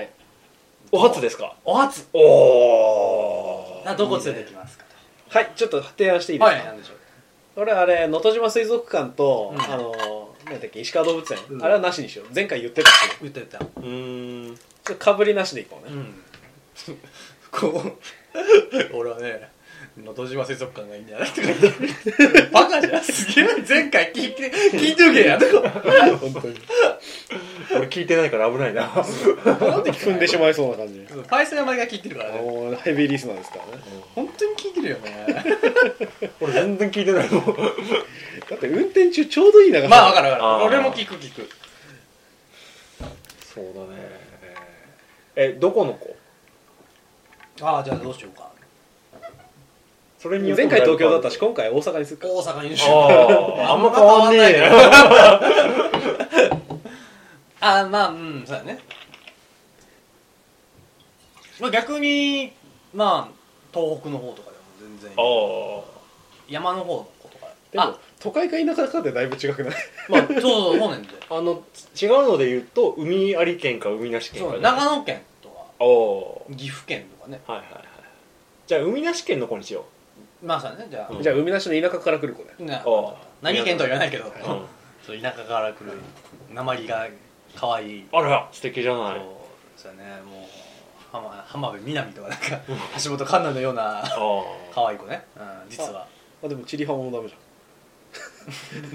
Speaker 2: お初ですか
Speaker 3: お初
Speaker 2: おお
Speaker 3: などこ連れてきますか
Speaker 4: はいちょっと提案していいです
Speaker 3: は
Speaker 4: か、
Speaker 3: いなんでしょう
Speaker 4: 俺あれ能登島水族館と、
Speaker 3: うん
Speaker 4: あのなんだっけ石川動物園、
Speaker 3: うん
Speaker 4: あれはなしにしよう前回言ってたし
Speaker 3: 言った言った
Speaker 2: うーん
Speaker 4: ちょっとかぶりなしでいこうね、
Speaker 3: んこう俺はね能登島水族館がいいんじゃないとか言ってバカじゃんすげえ前回聞いて聞いておけやとか
Speaker 4: 本当に
Speaker 2: 俺聞いてないから危 ないな
Speaker 4: 踏んでしまいそうな 感じ
Speaker 3: パイセンは毎回聞いてるか
Speaker 4: あ
Speaker 3: らね
Speaker 4: のヘビーリスナーですからね
Speaker 3: 本当に聞いてるよね
Speaker 2: 俺全然聞いてないもん
Speaker 4: だって運転中ちょうどいい長さ
Speaker 3: まあ分かる分か
Speaker 2: あー
Speaker 3: る俺も聞く聞く
Speaker 2: そうだねえどこの子
Speaker 3: ああじゃあどうしようか
Speaker 2: それによって
Speaker 4: 前
Speaker 2: も
Speaker 4: 回東京だったし
Speaker 2: いぶ
Speaker 4: 今回大阪にするか
Speaker 3: 大阪にし
Speaker 2: 変わ
Speaker 3: よう
Speaker 2: るあああんま変わんねえな
Speaker 3: あーまあうんそうだねまあ逆にまあ東北の方とかでも全然
Speaker 2: あ
Speaker 3: 山の方の子とか
Speaker 4: でも
Speaker 3: あ
Speaker 4: 都会か田舎かでだいぶ違くない
Speaker 3: まあそうそうそうなんで
Speaker 2: ああの違うので言うと海あり県か海なし県
Speaker 3: そ
Speaker 2: か
Speaker 3: う長野県とか
Speaker 2: おお
Speaker 3: 岐阜県とかね
Speaker 2: はいはいはいじゃあ海なし県の子にしよ
Speaker 3: まあさねじゃあ、
Speaker 2: うん
Speaker 4: じゃあ海なしの田舎から来る子ね
Speaker 3: な
Speaker 2: ああ
Speaker 3: 何県とは言わないけど、
Speaker 2: う、うん、
Speaker 3: そう田舎から来る鉛が可愛い
Speaker 2: あら素敵じゃ
Speaker 3: そう
Speaker 2: ない
Speaker 3: そうだねもう浜浜辺美波とかなんか橋本環奈のような
Speaker 2: ああ
Speaker 3: 可愛い子ね、うん、実は
Speaker 4: あでもチリハマもダメじゃ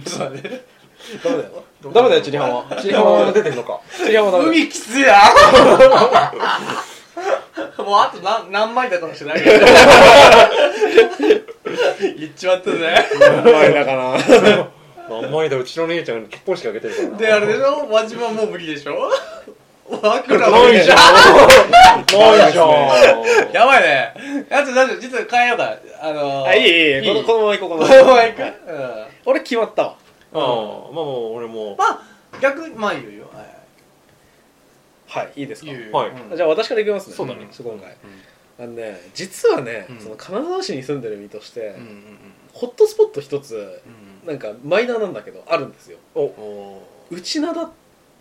Speaker 3: そうだね
Speaker 4: んダメだよ ダメだよチリハマチリハマは
Speaker 2: 出てんの か
Speaker 4: チリハマダメ
Speaker 3: 海きついな もうあと何何枚だかもしれないけど言っちまったね
Speaker 4: 前だか
Speaker 2: 何枚だうちの姉ちゃん結婚式あげてるからな
Speaker 3: であれでしょ輪島もう無理でしょ枕も無
Speaker 2: な
Speaker 3: 理
Speaker 2: い
Speaker 3: でし
Speaker 2: じゃ
Speaker 3: ょ
Speaker 2: んないじゃん
Speaker 3: やばいねあとだって実は変えようかあのー、
Speaker 4: なあいいい
Speaker 3: い
Speaker 4: いこのこのまま行こうこの
Speaker 3: このま
Speaker 4: ま
Speaker 3: ま
Speaker 4: ま
Speaker 3: いくうん
Speaker 4: 俺決まったわ
Speaker 2: ああまあまあ俺も
Speaker 3: まあ逆にまあいいよいいよはい
Speaker 4: はいいいです
Speaker 3: い
Speaker 4: か
Speaker 3: いよいいよ
Speaker 2: はい
Speaker 3: うん
Speaker 4: じゃあ私からいきますね
Speaker 2: そうだね
Speaker 4: ちょっと今回あのね実はね
Speaker 3: うん
Speaker 4: その金沢市に住んでる身として
Speaker 3: うんうんうん
Speaker 4: ホットスポット一つ
Speaker 3: うん
Speaker 4: なんかマイナーなんだけどあるんですよ
Speaker 3: うんおー
Speaker 4: 内灘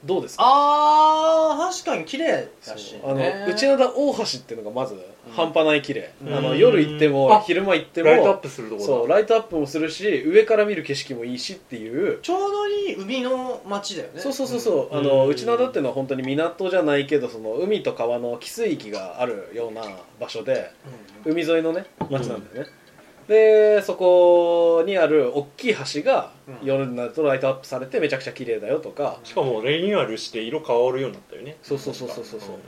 Speaker 4: どうですか
Speaker 3: あー確かに綺麗らしいね
Speaker 4: あの内灘大橋っていうのがまず半端ない綺麗、
Speaker 3: うん
Speaker 4: あ
Speaker 2: う
Speaker 4: の
Speaker 2: ん
Speaker 4: 夜行って
Speaker 2: あ
Speaker 4: も昼間行っても
Speaker 2: ライトアップすると
Speaker 4: そ
Speaker 2: こ
Speaker 4: うライトアップもするし上から見る景色もいいしっていう、
Speaker 3: ちょうどいい海の町だよね
Speaker 4: そうそうそうそ
Speaker 2: う
Speaker 4: う、
Speaker 2: ん
Speaker 4: あの内灘っていうのは本当に港じゃないけどその海と川の汽水域があるような場所で
Speaker 3: うんうん
Speaker 4: 海沿いのね町なんだよね、でそこにある大きい橋が
Speaker 3: うん
Speaker 4: 夜になるとライトアップされてめちゃくちゃ綺麗だよとか、
Speaker 2: だしかもレニューアルして色変わるようになったよね
Speaker 4: そうそうそうそうそうそう
Speaker 2: うん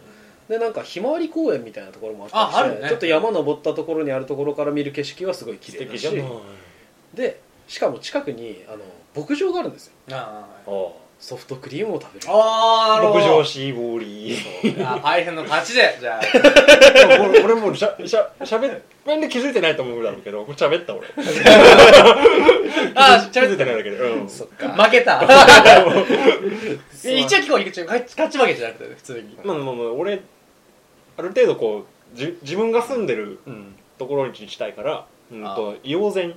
Speaker 4: でなんかひまわり公園みたいなところもあった
Speaker 3: ああ
Speaker 4: り
Speaker 3: る
Speaker 4: して、
Speaker 3: ね
Speaker 4: ちょっと山登ったところにあるところから見る景色はすごい綺
Speaker 2: 素
Speaker 4: 麗だ
Speaker 2: 敵じゃない
Speaker 4: し
Speaker 2: あ
Speaker 4: でしかも近くにあの牧場があるんですよ
Speaker 3: あー
Speaker 2: あ
Speaker 4: ソフトクリームを食べる
Speaker 3: あーなるほ
Speaker 2: 牧
Speaker 3: ど
Speaker 2: 場シーボーリー
Speaker 3: あ大変の勝ちで じゃあ
Speaker 2: 俺俺もうしゃしゃしゃべんで気づいてないと思うだろうけどもうしゃべった俺
Speaker 3: あー
Speaker 2: 気づいてないだけでうん
Speaker 4: そっか
Speaker 3: 負け た一応聞こえに勝ち負けじゃなくてね普通に
Speaker 2: まあまあまあ俺ある程度こうじ自分が住んでる
Speaker 3: うん
Speaker 2: ところに行きたいから、うん
Speaker 3: あ
Speaker 2: と硫黄泉に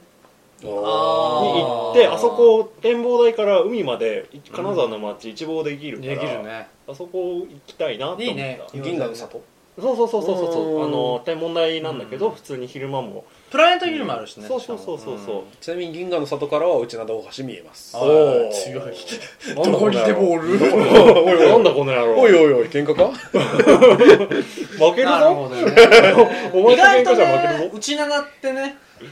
Speaker 3: あー
Speaker 2: 行ってあそこ展望台から海までい金沢の街一望できるから、
Speaker 3: できるね
Speaker 2: あそこ行きたいなと思った
Speaker 3: いいね
Speaker 4: 銀河の里
Speaker 2: そうそうそうそうそうそう
Speaker 4: うん
Speaker 2: あの大問題なんだけど、普通に昼間も
Speaker 3: プラネタリウムあるしね、
Speaker 2: そうそうそうそうそう
Speaker 4: ちなみに銀河の里からは内灘大橋見えます
Speaker 3: あおー
Speaker 1: 強い
Speaker 2: なんだ
Speaker 4: どこにでもおるおいおい
Speaker 2: なんだこの野郎
Speaker 4: おいおいおい喧嘩 か
Speaker 2: 負ける
Speaker 3: なる
Speaker 2: ぞ
Speaker 3: ほどね
Speaker 2: お前と喧嘩じゃ負け
Speaker 3: 意
Speaker 2: る
Speaker 3: 外と
Speaker 2: ぞ
Speaker 3: ね内長ってね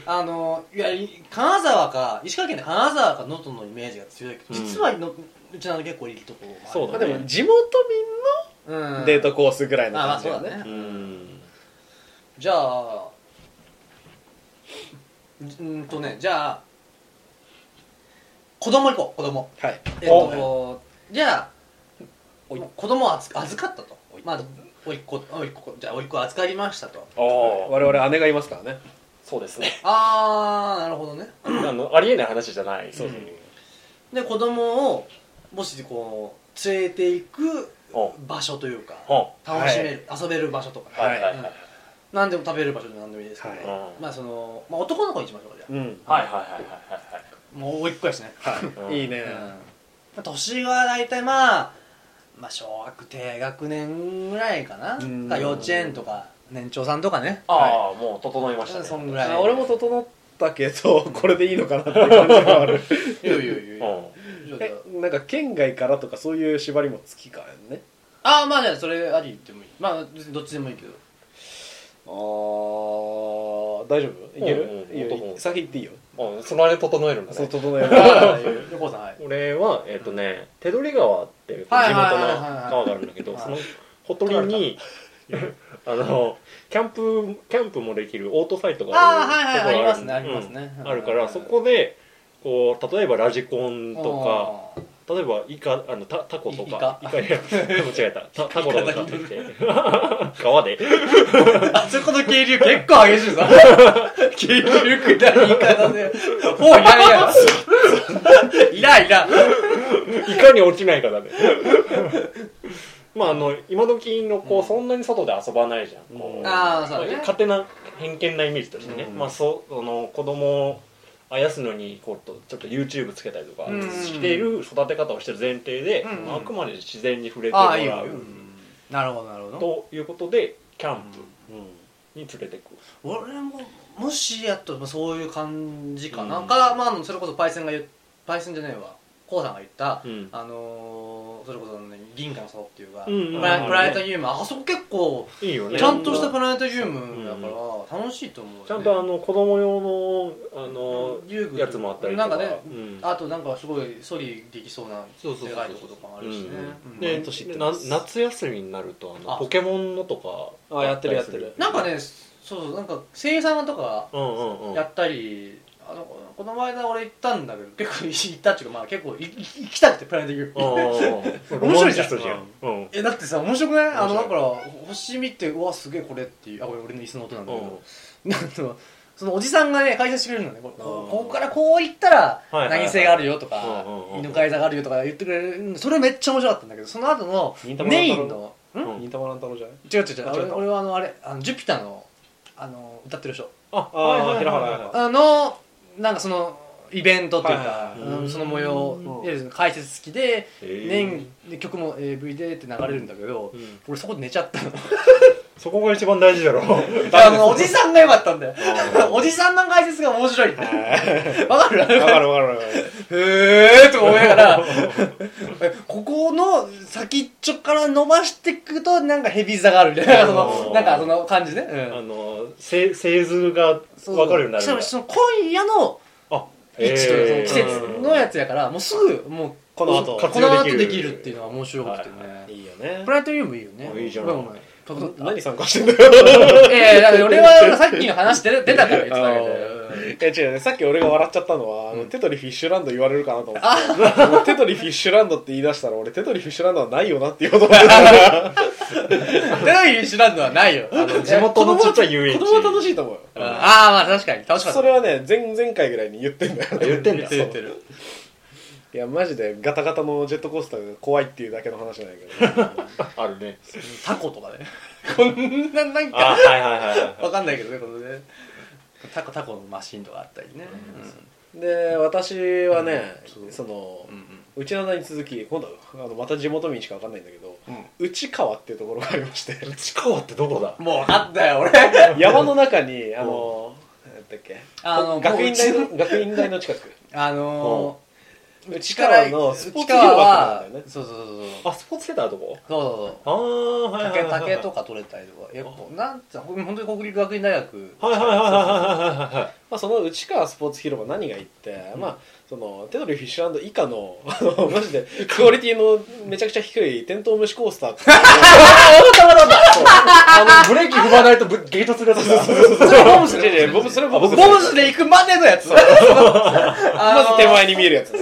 Speaker 3: あのいやい金沢か石川県で金沢か能登のイメージが強いけど、
Speaker 2: うん
Speaker 3: 実はの内長結構いいところがある
Speaker 2: そう
Speaker 4: まあ
Speaker 2: だ
Speaker 4: で
Speaker 2: ね
Speaker 4: も地元
Speaker 3: うん
Speaker 4: 民のデートコースぐらいの
Speaker 3: あまあ
Speaker 4: 感じ
Speaker 3: そう
Speaker 4: だよ
Speaker 3: だね、
Speaker 4: ね
Speaker 2: うん
Speaker 3: じゃあうーんとねじゃあ子供行こう子供
Speaker 4: はい
Speaker 3: えっとじゃあおい子供を預か預かったとまあおいっ子おいっ子じゃあおいっ子を預かりましたと
Speaker 2: ああ
Speaker 4: 我々姉がいますからね
Speaker 2: そうですね
Speaker 3: ああなるほどね
Speaker 2: あのありえない話じゃない
Speaker 4: そうそう
Speaker 3: で子供をもしこう連れていく
Speaker 2: そ
Speaker 3: 場所というか
Speaker 2: うんは
Speaker 3: 楽しめる、遊べる場所とか、
Speaker 2: いはいはい
Speaker 3: うん何でも食べる場所で何でもいいですけど、
Speaker 4: はい
Speaker 2: うん
Speaker 3: まあその、まあ、男の子にしましょうかじゃ
Speaker 4: うん
Speaker 2: はいはいはいはいはい
Speaker 3: あもうおいっ子やしね
Speaker 4: は
Speaker 2: う ん
Speaker 4: いいいね
Speaker 3: うん、年が大体まあ、まあ、小学低学年ぐらいかな
Speaker 4: うん
Speaker 3: か幼稚園とか年長さんとかね
Speaker 2: ああもう整いましたね
Speaker 3: そんぐらい
Speaker 4: あ俺も整ったけどこれでいいのかなって感じがある
Speaker 3: いやいやいやいや
Speaker 2: う
Speaker 4: えなんか県外からとかそういう縛りもつきかよね
Speaker 3: ああまあじゃあそれありでもいいまあ別にどっちでもいいけど
Speaker 4: あー大丈夫いけ
Speaker 2: うん
Speaker 4: る
Speaker 2: うん
Speaker 4: いい
Speaker 2: 男
Speaker 4: よ
Speaker 2: も
Speaker 4: 先行っていいよ
Speaker 2: んうんそのあれ整えるんだ
Speaker 4: そう
Speaker 2: ね
Speaker 4: 整える
Speaker 3: 横尾さんはい
Speaker 2: 俺はえっ、とね手取川っていう地
Speaker 3: はい
Speaker 2: 元の
Speaker 3: はいはいはい
Speaker 2: 川があるんだけど
Speaker 3: はい
Speaker 2: そのほとりに あのキャンプキャンプもできるオートサイトが
Speaker 3: ああ
Speaker 2: る
Speaker 3: はいはいありますねあり
Speaker 2: ところ
Speaker 3: ま
Speaker 2: が
Speaker 3: すね、
Speaker 2: うんあるからそこでこう例えばラジコンとか
Speaker 3: か
Speaker 2: 例えばイカあのタタコとか
Speaker 3: イ
Speaker 2: イカ いやでも違えたタタコとか買ってきて 川で
Speaker 3: あそこの渓流結構激し いぞ渓流下り方で もういらんやつ いらんいらん
Speaker 2: いかに落ちないか だねまああの今時のこうそんなに外で遊ばないじゃん、こう
Speaker 3: あーそうだね
Speaker 2: 勝手な偏見なイメージとしてね、
Speaker 4: うん
Speaker 2: まあそうその子供をあやすのにこうとちょっと YouTube つけたりとか
Speaker 3: うん
Speaker 2: している育て方をしてる前提で、
Speaker 3: うん
Speaker 2: まあ、あくまで自然に触れても
Speaker 3: ああいい
Speaker 2: ら
Speaker 3: よ
Speaker 2: う
Speaker 3: なるほどなるほど
Speaker 2: ということでキャンプに連れてく、
Speaker 3: 俺ももしやっとまあそういう感じかな、
Speaker 2: うん
Speaker 3: か、まああの、それこそパイセンが言うパイセンじゃねえわコウさんが言った、
Speaker 2: うん
Speaker 3: あのーそれこそ、ね、銀河の里っていうか、
Speaker 2: うん
Speaker 3: プラ
Speaker 2: うん
Speaker 3: プラネタリウムあそこ結構
Speaker 2: いいよね
Speaker 3: ちゃんとしたプラネタリウムだから、楽しいと思うよね、
Speaker 2: ちゃんとあの子供用のあの
Speaker 3: 遊具とか
Speaker 2: やつもあったりとか
Speaker 3: なんかね
Speaker 2: うん
Speaker 3: あとなんかすごいソリできそうな
Speaker 2: そうそうそうそう
Speaker 3: でかいとことかもあるしね、
Speaker 2: うん
Speaker 3: うん
Speaker 2: で
Speaker 4: 毎年行ってます
Speaker 2: な夏休みになるとあの
Speaker 3: あ
Speaker 2: ポケモンのとか
Speaker 4: あやってる
Speaker 2: あたりす
Speaker 4: やって
Speaker 3: なんかねそうそうなんか生産とか
Speaker 2: うんうんうん
Speaker 3: やったり、あのこの前だ俺行ったんだけど結構行ったっていうかまあ結構いい行きたくてプラネタリウム
Speaker 2: うんうんうん
Speaker 3: 面白いじゃん
Speaker 2: ロマンチストうんうん
Speaker 3: えだってさ面白くないあの
Speaker 2: 面
Speaker 3: だ
Speaker 2: 白い
Speaker 3: から星見てうわすげえこれっていうあこれ俺の椅子の音なんだけど、なんかそのおじさんがね解説してくれるんだねこ
Speaker 4: あー
Speaker 3: こここからこう行ったら
Speaker 2: はいはいはい
Speaker 3: 何性があるよとか
Speaker 2: うんうんうん
Speaker 3: 犬飼い座があるよとか言ってくれるそれめっちゃ面白かったんだけどその後の
Speaker 4: 忍たま
Speaker 3: メイ
Speaker 4: 乱
Speaker 3: ン
Speaker 4: 太
Speaker 3: の
Speaker 2: うん
Speaker 4: 忍たま乱太郎じゃない
Speaker 3: 違う違う違う
Speaker 4: あ
Speaker 3: 俺
Speaker 4: 違う
Speaker 3: 俺はあのあれあのジュピターのあの歌ってる人
Speaker 2: あ
Speaker 4: あ
Speaker 2: はいはいはい
Speaker 4: 平原綾香
Speaker 3: あのなんかそのイベントというか
Speaker 4: は、
Speaker 2: いはいは
Speaker 3: う
Speaker 2: い
Speaker 3: んその模様を
Speaker 4: うん
Speaker 3: いわゆる解説付きで
Speaker 2: へえ
Speaker 3: 年で曲も AV でって流れるんだけど、
Speaker 2: うん
Speaker 3: 俺そこで寝ちゃ ったの
Speaker 2: そこが一番大事だろ
Speaker 3: あのおじさんが良かった んだよ
Speaker 2: あー
Speaker 3: おじさんの解説が面白いんだよ わかる
Speaker 4: わかるわかるわかる
Speaker 3: へーとか思いなが らえここの先っちょから伸ばしていくとなんかヘビーさがあるみたいなそのなんかその感じね、うん
Speaker 2: あのせ製図が分かるようになるんだ
Speaker 3: しかもその今夜の
Speaker 2: あ
Speaker 3: 位置というかその季節のや
Speaker 2: つ
Speaker 3: つやからもうすぐもう
Speaker 4: この後
Speaker 3: この後できるっていうのは面白くてね、
Speaker 4: いいよね
Speaker 3: プラネタリウムいいよね
Speaker 2: あいいじゃん
Speaker 3: ごめんごめんパパパ
Speaker 4: 何参加してんだよ
Speaker 3: いやいや俺はさっきの話で出たから言ってたけど
Speaker 4: いや違うねさっき俺が笑っちゃったのは、あのテトリフィッシュランド言われるかなと思ってあのテトリフィッシュランドって言い出したら俺テトリフィッシュランドはないよなっていうことで
Speaker 3: テレビに知らんのはないよあの
Speaker 2: 地元のちっちゃい遊園地
Speaker 4: 子供は楽しいと思うよ
Speaker 3: あーまあ確かに楽しかった
Speaker 4: それはね前々回ぐらいに言ってんだよ
Speaker 2: あ言ってんだ
Speaker 3: 言ってる
Speaker 4: いやマジでガタガタのジェットコースターが怖いっていうだけの話なんやけど
Speaker 2: あるね
Speaker 3: タコとかね こんななん
Speaker 2: あ
Speaker 3: か
Speaker 2: はいはいはいはい
Speaker 3: わかんないけどねこのねタコタコのマシンとかあったりね、うん
Speaker 4: で私はね、
Speaker 3: うんそう
Speaker 4: その
Speaker 3: うん
Speaker 4: 内灘に続き今度あのまた地元民しか分かんないんだけど
Speaker 2: うん
Speaker 4: 内川っていうところがありまして
Speaker 2: 内川ってどこだ
Speaker 3: うんもう分かったよ俺
Speaker 4: 山の中にあの、なんだっけ
Speaker 3: あの
Speaker 4: 学院大
Speaker 3: もう
Speaker 4: の
Speaker 3: う
Speaker 4: 学院大の 近く
Speaker 3: あの
Speaker 4: 内川のスポーツ広場ってなんだよね
Speaker 3: そうそうそうそう
Speaker 2: あスポーツセンターのとこ
Speaker 3: そうそうそう
Speaker 2: ああはいはい
Speaker 3: 竹
Speaker 2: はい
Speaker 3: 竹とか取れたりとかいやこうなんつうの本当に国立学院大学
Speaker 2: はいはいはいはいはいはい
Speaker 4: まあ、その内川スポーツ広場何がいいって、まあそのテドリフィッシュ以下の あのマジでクオリティのめちゃくちゃ低いテントウムシコースター っていうの
Speaker 2: あのブレーキ踏まないとぶ激突するやつだ
Speaker 4: がボムスでねボムそれボムス
Speaker 3: ボムスで行くまでのや つまず
Speaker 4: まず手前に見えるやつ
Speaker 3: グ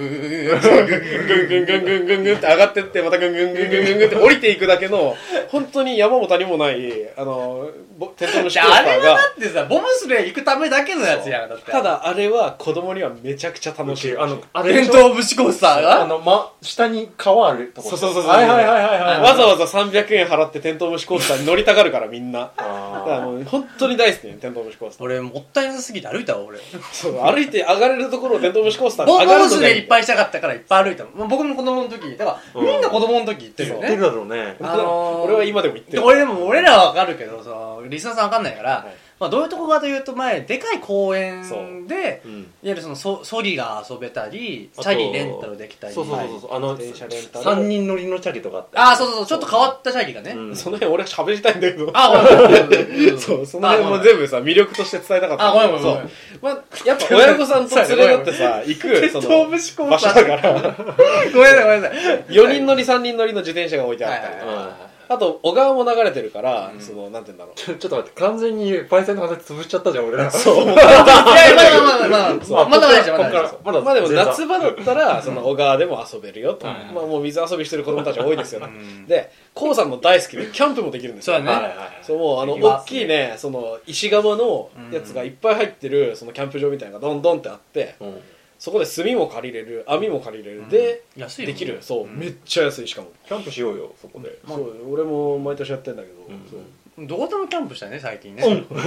Speaker 3: ー
Speaker 4: ぐんぐんぐんぐんぐんぐんって上がってってまたぐんぐんぐんぐんぐんぐんって降りていくだけの本当に山も谷もないあのぼテントウムシコースタ
Speaker 3: あれ
Speaker 4: ー
Speaker 3: はだ
Speaker 4: が
Speaker 3: ってさボムスレー行くためだけのやつやんだって
Speaker 4: ただあれは子供にはめちゃくちゃ楽しい
Speaker 2: あのあれ
Speaker 3: 伝
Speaker 2: でしょ
Speaker 3: 統武士コースター
Speaker 2: あ
Speaker 3: が
Speaker 2: の、ま、下に川あるとこ
Speaker 4: そうそうそうそう
Speaker 2: はいはいはいはいはい
Speaker 4: わざわざ300円払ってテントウムシコースターに乗りたがるからみんなだから
Speaker 2: あ
Speaker 4: もう本当に大好きねテントウムシコースター
Speaker 3: 俺もったいなさすぎて歩いたわ俺
Speaker 4: そう歩いて上がれるところをテントウムシコースターに
Speaker 3: ボ
Speaker 4: 上
Speaker 3: ボ
Speaker 4: がる
Speaker 3: ム
Speaker 4: と
Speaker 3: ス
Speaker 4: ね
Speaker 3: レーいっぱいしたかったからいっぱい歩いたのまあ僕も子供の時だから
Speaker 2: うん
Speaker 3: みんな子供の時行ってるよ
Speaker 2: ー出る
Speaker 3: ね
Speaker 2: だろうね
Speaker 3: あのー
Speaker 4: 俺は今でも言って
Speaker 3: で
Speaker 4: る
Speaker 3: 俺でも俺らはわかるけどそのリスナーさんわかんないから
Speaker 4: はい
Speaker 3: まあどういうとこかというと前でかい公園
Speaker 4: う
Speaker 3: で
Speaker 2: うん
Speaker 3: いわゆるそのソソリが遊べたりチ
Speaker 2: あと
Speaker 3: ャリレンタルできたり
Speaker 2: そうそうそうそうあの
Speaker 4: 電車レンタル
Speaker 2: 三人乗りのチャリとかあって
Speaker 3: ああそうそうそうちょっと変わったチャリがね、
Speaker 2: うん
Speaker 4: その辺俺は喋りたいんだ けど
Speaker 3: あごめんごめんごめんごめん
Speaker 4: そうその辺も全部さ魅力として伝えたかった
Speaker 3: あごめんごめんごめん
Speaker 4: そうまあや っぱ親御さんと連れだってさ行くそ
Speaker 3: 東
Speaker 4: の
Speaker 3: 武志向
Speaker 4: 場所だ から
Speaker 3: ごめんなさいごめんなさい
Speaker 4: 4人乗り3人乗りの自転車が置いてあったり
Speaker 3: はい
Speaker 4: と
Speaker 3: は
Speaker 4: か
Speaker 3: い
Speaker 2: うん
Speaker 4: あと小川も流れてるから、
Speaker 3: うん
Speaker 4: そのなんて言うんだろう
Speaker 2: ちょちょっと待って完全にパイセンの話潰しちゃったじゃん俺ら
Speaker 4: そう
Speaker 3: いやいやまだまだまだまだまだ大丈夫まだ大丈
Speaker 2: こっからまだ
Speaker 4: まあでも
Speaker 2: 全然
Speaker 4: 夏場だったらその小川でも遊べるよと、
Speaker 3: うん
Speaker 4: まあもう水遊びしてる子供たち多いですよ、
Speaker 3: 夫
Speaker 4: ね
Speaker 3: うん
Speaker 4: で k o さんの大好きでキャンプもできるんですよ
Speaker 3: そうだね
Speaker 2: はいはいはい
Speaker 4: そうもうあの
Speaker 3: できま
Speaker 4: 大
Speaker 3: す
Speaker 4: きいねその石窯のやつがいっぱい入ってるそのキャンプ場みたいなのがどんどんってあって
Speaker 2: うん
Speaker 4: そこで炭も借りれる網も借りれ
Speaker 3: う
Speaker 4: る
Speaker 3: ん
Speaker 4: で
Speaker 3: 安いよ
Speaker 4: できるそう
Speaker 3: うん
Speaker 4: めっちゃ安いしかも
Speaker 2: キャンプしようよそこで
Speaker 4: そう俺も毎年やってんだけど
Speaker 2: うん
Speaker 4: そう
Speaker 3: どこでもキャンプしたよね最近ね、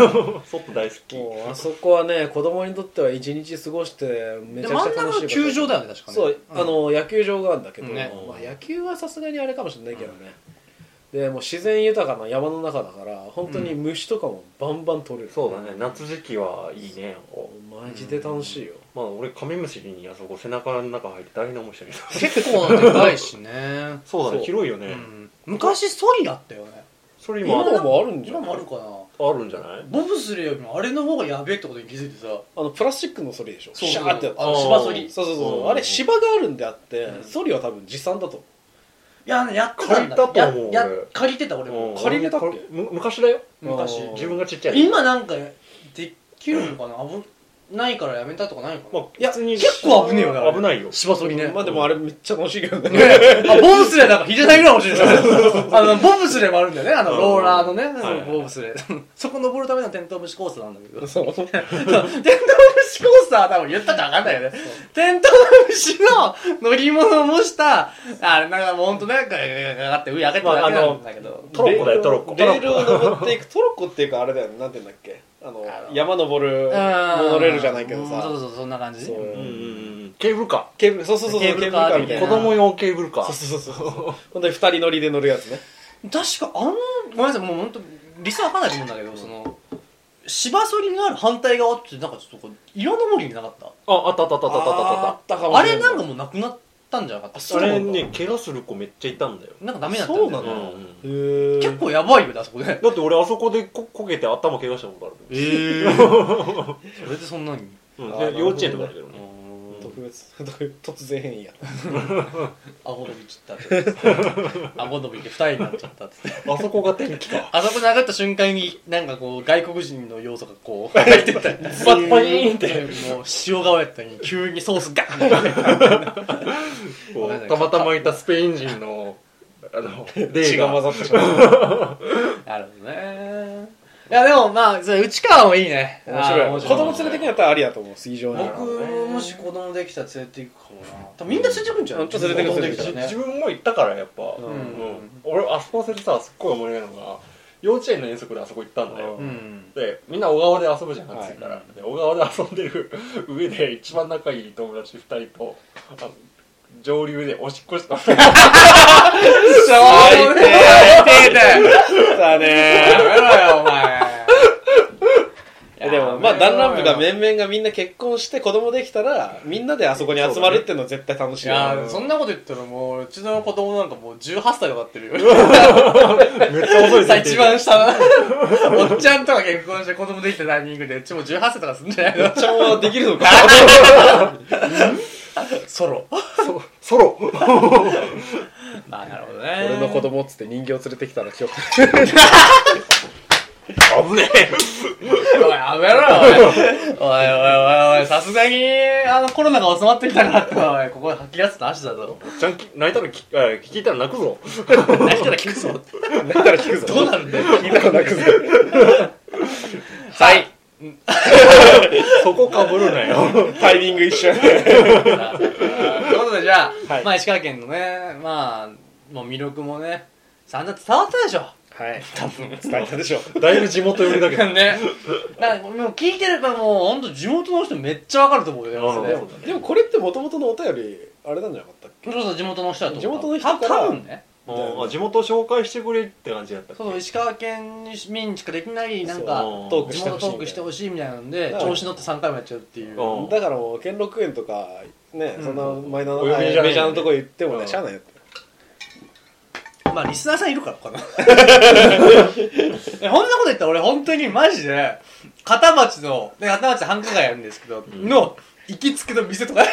Speaker 2: 外大好き
Speaker 4: もうあそこはね子供にとっては一日過ごしてめ
Speaker 3: で
Speaker 4: ちゃく
Speaker 3: 真
Speaker 4: ちゃ
Speaker 3: ん
Speaker 4: 楽
Speaker 3: 中
Speaker 4: しい
Speaker 3: の球場だよね確かね
Speaker 4: そう、
Speaker 3: ん
Speaker 4: あの野球場があるんだけど、
Speaker 3: ね
Speaker 4: まあ、野球はさすがにあれかもしれないけどね、でもう自然豊かな山の中だから本当に虫とかもバンバン取れる、
Speaker 2: そうだね夏時期はいいね
Speaker 4: マジで楽しいよ、
Speaker 2: まあ俺カメムシにあそこ背中の中入って大変な思いしたけど
Speaker 3: 結構でかいしね、
Speaker 2: そうだ
Speaker 4: そう
Speaker 2: ね 広いよ
Speaker 3: う
Speaker 2: ね
Speaker 3: ん、昔ソリだったよね
Speaker 2: それ
Speaker 4: 今
Speaker 2: 今
Speaker 4: 今もあるんじゃ
Speaker 3: 今
Speaker 4: ん
Speaker 3: もあるかな
Speaker 2: あるんじゃない
Speaker 3: ボブスレーよりもあれの方がやべえってことに気づいてさ
Speaker 4: あのプラスチックのソリでしょ
Speaker 3: そう
Speaker 4: シャーってやつ
Speaker 3: あ
Speaker 4: あ
Speaker 3: の
Speaker 4: の
Speaker 3: 芝ソリい
Speaker 4: そうそうそう、
Speaker 2: うん
Speaker 4: あれ芝があるんであって、ソリは多分持参だと
Speaker 3: ややってたんだ
Speaker 2: 借りたと思う
Speaker 3: やや
Speaker 2: 俺
Speaker 3: 借りてた俺も
Speaker 2: うん
Speaker 4: 借りれたっけ
Speaker 2: 俺む昔だよ
Speaker 3: 昔
Speaker 4: うん
Speaker 2: 自分がちっちゃい時
Speaker 3: 今なんかできるのかな危ないからやめたとかないのかな、
Speaker 2: まあ普通に
Speaker 3: 結構危ねえよねあれ
Speaker 2: 危ないよ
Speaker 3: 芝ソリね
Speaker 4: まあでもあれめっちゃ楽しいけどね、
Speaker 3: あボブスレーなんかひじないぐらい欲しいですよねあのボブスレーもあるんだよねあの
Speaker 2: うん
Speaker 3: ローラーのね、
Speaker 2: いはいはい
Speaker 3: ボブスレーそこ登るためのテントウムシコースターなんだけどテン
Speaker 4: そう
Speaker 3: トウムシコースターは多分言ったって分かんないよねテントウムシの乗り物を模したあれなんかもうほんとねガガガガガって上上げてるだけなんだけど、
Speaker 2: トロッコだよトロッコ
Speaker 4: レールを登っていくトロッコっていうかあれだよねなんて言うんだっけあの
Speaker 3: あの
Speaker 4: 山登
Speaker 3: うん
Speaker 4: るモノレールじゃないけどさ
Speaker 3: うんそうそうそうそんな感じ
Speaker 4: そう
Speaker 2: うんうんうんケーブルカ
Speaker 4: ケーブルそうそうそう
Speaker 3: ケ
Speaker 4: ケ
Speaker 3: ー
Speaker 4: ー
Speaker 3: ブ
Speaker 4: ブ
Speaker 3: ル
Speaker 4: ル
Speaker 3: カ
Speaker 4: カ
Speaker 3: ー
Speaker 4: ー
Speaker 3: み
Speaker 4: み
Speaker 3: た
Speaker 4: た
Speaker 3: い
Speaker 2: ー
Speaker 4: い
Speaker 3: な
Speaker 2: 子
Speaker 4: な
Speaker 2: 供用ケーブルカー
Speaker 4: そうそうそうそう本当に二人乗りで乗るやつね
Speaker 3: 確かあのごめんなさいもう本当理想わかんないと思うんだけどその芝ソリのある反対側ってなんかちょっとこう岩登りになかった
Speaker 2: ああったあったあったあったあったあった
Speaker 4: た
Speaker 3: あれなんかもうなくなったんじゃなかった
Speaker 2: あれね怪我する子めっちゃいたんだよ
Speaker 3: なんかダメだった
Speaker 4: そう
Speaker 3: だ
Speaker 4: な
Speaker 3: よね
Speaker 4: の
Speaker 2: うん
Speaker 4: へー
Speaker 3: 結構やばいよねあそこね
Speaker 2: だって俺あそこでここけて頭怪我したことある
Speaker 3: ええ それでそんなに
Speaker 2: うん
Speaker 4: あー
Speaker 2: で幼稚園とかだけどね
Speaker 4: 特別突然変異や
Speaker 3: 顎伸び切ったって顎伸びて二人になっちゃったっつって
Speaker 2: あそこが天気か
Speaker 3: あそこで上がった瞬間になんかこう外国人の要素がこう 入ってったり
Speaker 2: バッバイーンって
Speaker 3: もう塩顔やったのに急にソースガッ
Speaker 2: こうたまたまいたスペイン人のあの
Speaker 4: 血
Speaker 2: 霊
Speaker 4: が混
Speaker 2: が
Speaker 4: ざってしまう
Speaker 3: なるほどねいやでもまあそれ内川もいいね
Speaker 4: 面白い
Speaker 3: あー
Speaker 4: 子供連れてくんやったらありだと思う水上に
Speaker 3: 僕もし子供できたら連れて行くかもな多分みんな連れてくんじゃん
Speaker 4: うんちょっと連れてく
Speaker 3: 子供できたらね
Speaker 2: 自分も行ったからやっぱ
Speaker 4: う
Speaker 2: うんん俺あそこでさすっごい思い出なのが幼稚園の遠足であそこ行ったんだよ
Speaker 1: う
Speaker 3: うん
Speaker 2: でみんな小川で遊ぶじゃん
Speaker 1: はい
Speaker 2: 暑いから、で小川で遊んでる上で一番仲いい友達2人とあの上流でおしっこした
Speaker 3: 最低最低だよ
Speaker 4: だね
Speaker 3: やめろよお前
Speaker 4: えでもまあ団らん部が面々がみんな結婚して子供できたらみんなであそこに集まるってのは絶対楽し
Speaker 3: い
Speaker 4: いよ
Speaker 3: や
Speaker 4: うん
Speaker 3: そんなこと言ったらもううちの子供なんかもう18歳とかってるよ
Speaker 2: めっちゃ遅い
Speaker 3: さ一番下のおっちゃんとか結婚して子供できたタイミングでうちもう18歳とかすんじゃないの
Speaker 4: ちゃんはできるのか
Speaker 3: ソロ
Speaker 2: ソロ
Speaker 3: まあなるほどね
Speaker 4: 俺の子供っつって人形連れてきたら気をつけて
Speaker 2: 危ねえ
Speaker 3: おいやめろよおいおいおいおいおいさすがにあのコロナが収まってきたからおいここ吐き出すの足だぞ
Speaker 2: ちゃんき泣いたらきあ聞いたら泣くぞ
Speaker 3: 泣いたら聞くぞ
Speaker 4: 泣いたら聞くぞ
Speaker 3: どうなるんだよ聞いたら
Speaker 4: 泣くぞ
Speaker 3: はい
Speaker 2: そこかぶるなよ
Speaker 4: タイミング一緒
Speaker 3: ということでじゃあ、
Speaker 4: はい
Speaker 3: まあ石川県のねまあもう魅力もね散々伝わったでしょ
Speaker 4: はい多分伝えたでしょ
Speaker 2: だいぶ地元寄りだ けど
Speaker 3: ねなんかもう聞いてればもう本当地元の人めっちゃわかると思うよ
Speaker 2: うん
Speaker 3: ね
Speaker 2: そうだね
Speaker 4: でもこれってもともとのお便りあれなんじゃなかったっけ
Speaker 3: そうそう地元の人だと思う
Speaker 4: 地元の人から
Speaker 3: た多分ね
Speaker 2: もうあ地元紹介してくれって感じだったっけ
Speaker 3: その石川県民しかできないなんか
Speaker 2: そう
Speaker 4: トーク
Speaker 3: 地
Speaker 4: して
Speaker 3: 元ト
Speaker 4: ほしい
Speaker 3: ークしてほしいみたいなの
Speaker 4: だ
Speaker 3: で
Speaker 4: から
Speaker 3: 調子乗って3回もやっちゃうっていう
Speaker 2: うん
Speaker 4: だからもう兼六園とかねそんなマイナーな、
Speaker 2: お呼びじゃない
Speaker 4: メジャーなとこ行っても
Speaker 2: う
Speaker 4: ね
Speaker 2: ん
Speaker 4: しゃあないよって
Speaker 3: まあリスナーさんいるから かなえこんなこと言ったら俺本当にマジで片町ので片町で繁華街あるんですけど、
Speaker 2: ん
Speaker 3: の行きつけの店と か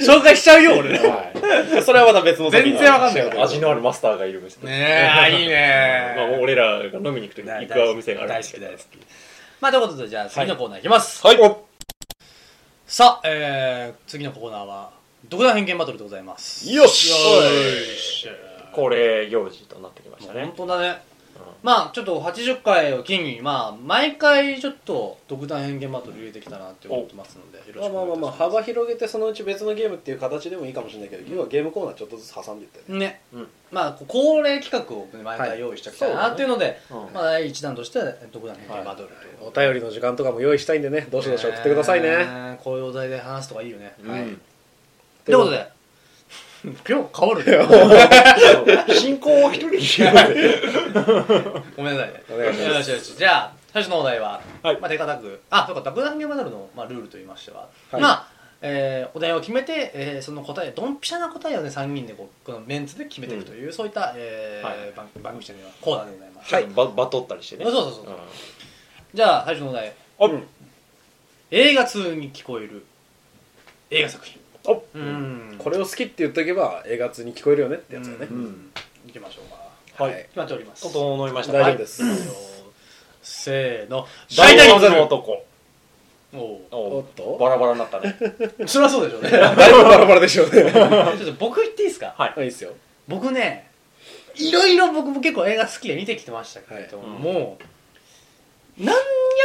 Speaker 3: 紹介しちゃうよ俺ね
Speaker 4: はい、それはまた別の
Speaker 3: 全然わかんない
Speaker 2: 味のあるマスターがいる店
Speaker 3: えあいいね
Speaker 2: まあ、俺らが飲みに行くとき行くお店があるん
Speaker 3: 大好
Speaker 2: です
Speaker 3: き
Speaker 2: け
Speaker 3: 大好
Speaker 2: ど
Speaker 3: きまあということでじゃあ次のコーナーいきます、
Speaker 2: はいお
Speaker 3: さあ、えー、次のコーナーは独断偏見バトルでございます
Speaker 4: よし
Speaker 3: し
Speaker 2: これ行事となってきましたね
Speaker 3: 本当だね、まあちょっと80回を機にまあ毎回ちょっと独断偏見バトル入れてきたなって思ってますのでよろ
Speaker 4: まあ
Speaker 3: しく
Speaker 4: まあ
Speaker 3: お
Speaker 4: ま
Speaker 3: 願いいたしま
Speaker 4: あまあ幅広げてそのうち別のゲームっていう形でもいいかもしれないけど要はゲームコーナーちょっとずつ挟んでいったよね
Speaker 3: すね
Speaker 2: うん
Speaker 3: まあこう恒例企画を毎回用意してきたなっていうので、
Speaker 2: うん
Speaker 3: まあ、第1弾として独断偏見バトルという、
Speaker 4: お便りの時間とかも用意したいんでねどしどし送ってくださいね、
Speaker 3: ねこういうお題で話すとかいいよね、
Speaker 2: うん
Speaker 3: はい
Speaker 2: うん
Speaker 3: ということで 今日変わるね
Speaker 2: 進行を一人にしようぜ
Speaker 3: ごめんなさいね。
Speaker 4: お願いします
Speaker 3: よしよし。じゃあ、最初のお題は、
Speaker 2: はい
Speaker 3: まあ、手堅く、あ、そうか、ダブダンゲームバトルの、まあ、ルールといいましては、
Speaker 4: はい
Speaker 3: まあ、えーお題を決めて、えーその答え、ドンピシャな答えをね、3人でこう、このメンツで決めていくという、そういった、えー
Speaker 2: はい
Speaker 3: 番番組じゃないわコーナーでございます。
Speaker 2: はいババトったりしてね
Speaker 3: そうそうそう。じゃあ、最初のお題、
Speaker 2: うん
Speaker 4: うん
Speaker 3: 映画通に聞こえる映画作品。
Speaker 4: お
Speaker 3: うん。
Speaker 4: これを好きって言っとけば映画通に聞こえるよねってやつだね、
Speaker 3: う
Speaker 2: うんん
Speaker 3: いきましょうか。
Speaker 2: はい、
Speaker 4: はい
Speaker 3: 決まっております。
Speaker 2: 整いました
Speaker 4: 大丈夫ですす、
Speaker 3: せーの、
Speaker 2: 大
Speaker 3: 大
Speaker 2: 体
Speaker 3: 体
Speaker 2: の男
Speaker 3: おう
Speaker 4: おっ
Speaker 2: お
Speaker 4: と
Speaker 2: バラバラになったね
Speaker 3: そりゃそうでしょうね。
Speaker 4: だいぶバラバラでしょうね
Speaker 3: ちょっと僕言っていいですか、
Speaker 2: はい
Speaker 4: いいですよ
Speaker 3: 僕ねいろいろ僕も結構映画好きで見てきてましたけど、
Speaker 2: はいうん
Speaker 3: もうなんや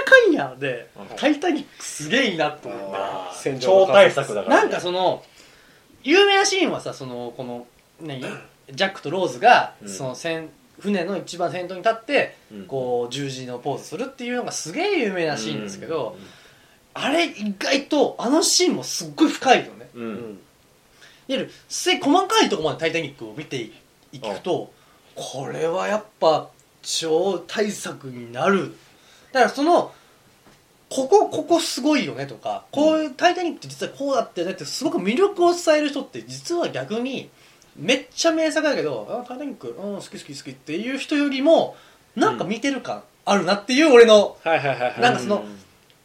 Speaker 3: かんやで
Speaker 2: うん
Speaker 3: 「タイタニック」すげえいいなと思っ
Speaker 4: あー
Speaker 2: 超大作だ
Speaker 3: た
Speaker 2: からね、
Speaker 3: なんかその有名なシーンはさそのこの何ジャックとローズが、
Speaker 2: うん
Speaker 3: その船船の一番先頭に立って
Speaker 2: うん
Speaker 3: こう十字のポーズするっていうのがすげえ有名なシーンですけど、
Speaker 2: うん
Speaker 3: あれ意外とあのシーンもすっごい深いよね
Speaker 2: うん、
Speaker 4: う
Speaker 2: うん
Speaker 4: ん
Speaker 3: いわゆるす細かいところまで「タイタニック」を見ていいくとこれはやっぱ超大作になるだからそのここここすごいよねとかこういう「タイタニック」って実はこうだったよねってすごく魅力を伝える人って実は逆にめっちゃ名作だけど「あタイタニック、うん、好き好き好き」っていう人よりもなんか見てる感あるなっていう俺の
Speaker 4: はいはいはいはい
Speaker 3: なんかその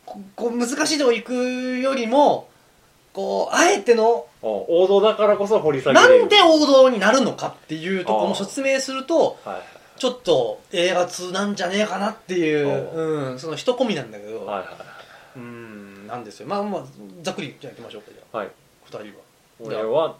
Speaker 3: ここう難しいとこ行くよりもこうあえての
Speaker 2: お王道だからこそ掘り下げ
Speaker 3: な
Speaker 2: れる
Speaker 3: んで王道になるのかっていうところも説明すると
Speaker 2: はい
Speaker 3: ちょっと映画通なんじゃねえかなっていう、
Speaker 2: お
Speaker 3: うん、その一込みなんだけど、
Speaker 2: はいはい
Speaker 3: うんなんですよまあまあざっくりじゃあいきましょうかじゃ
Speaker 2: はいはい
Speaker 3: あ2人は
Speaker 2: 俺は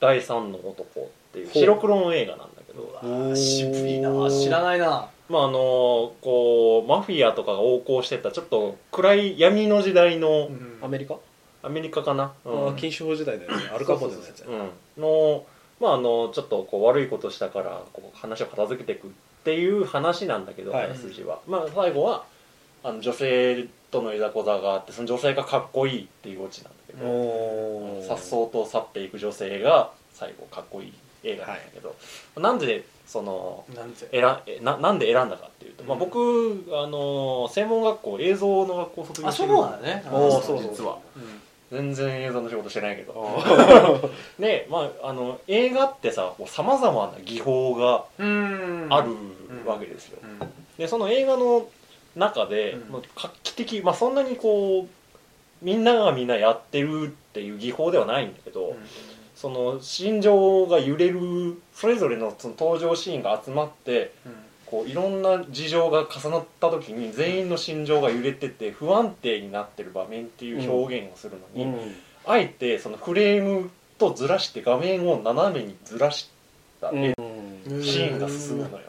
Speaker 2: 第三の男っていう
Speaker 4: ほう
Speaker 2: 白黒の映画なんだけど
Speaker 4: おー
Speaker 3: 渋いな知らないな
Speaker 2: まああのこうマフィアとかが横行してたちょっと暗い闇の時代の
Speaker 3: うん
Speaker 4: アメリカ、
Speaker 2: アメリカかな、
Speaker 4: あ
Speaker 2: うん
Speaker 4: ー禁酒法時代だよねアルカポーネのやつやね
Speaker 2: うんの,、まあ、あのちょっとこう悪いことしたからこう話を片付けてくっっていう話なんだけど、
Speaker 4: はい
Speaker 2: あらすじは、まあ、最後はあの女性とのいざこざがあってその女性がかっこいいっていうオチなんだけど、
Speaker 4: お
Speaker 2: さっそうと去っていく女性が最後かっこいい映画なんだけど、なんでその
Speaker 3: なんて
Speaker 2: 選んえななんで選んだかっていうと、ま
Speaker 3: うん
Speaker 2: あ、僕あの専門学校映像の学校を卒業
Speaker 3: あ
Speaker 2: し
Speaker 3: そ
Speaker 2: て
Speaker 3: う
Speaker 2: る
Speaker 3: なんだね
Speaker 2: お
Speaker 4: ーそうそう
Speaker 2: 実は
Speaker 3: うん
Speaker 2: 全然映像の仕事してないけど
Speaker 4: お
Speaker 2: で、まあ、あの映画ってささまざまな技法が
Speaker 3: うん
Speaker 2: あるわけですよ、
Speaker 3: うん
Speaker 2: でその映画の中で、
Speaker 3: うん
Speaker 2: まあ画期的、まあ、そんなにこうみんながみんなやってるっていう技法ではないんだけど、
Speaker 3: うん
Speaker 2: その心情が揺れるそれぞれのその登場シーンが集まってこういろんな事情が重なった時に全員の心情が揺れてて不安定になってる場面っていう表現をするのに、あえてそのフレームとずらして画面を斜めにずらした
Speaker 4: うん
Speaker 2: 絵
Speaker 3: うん
Speaker 2: シーンが進むのよ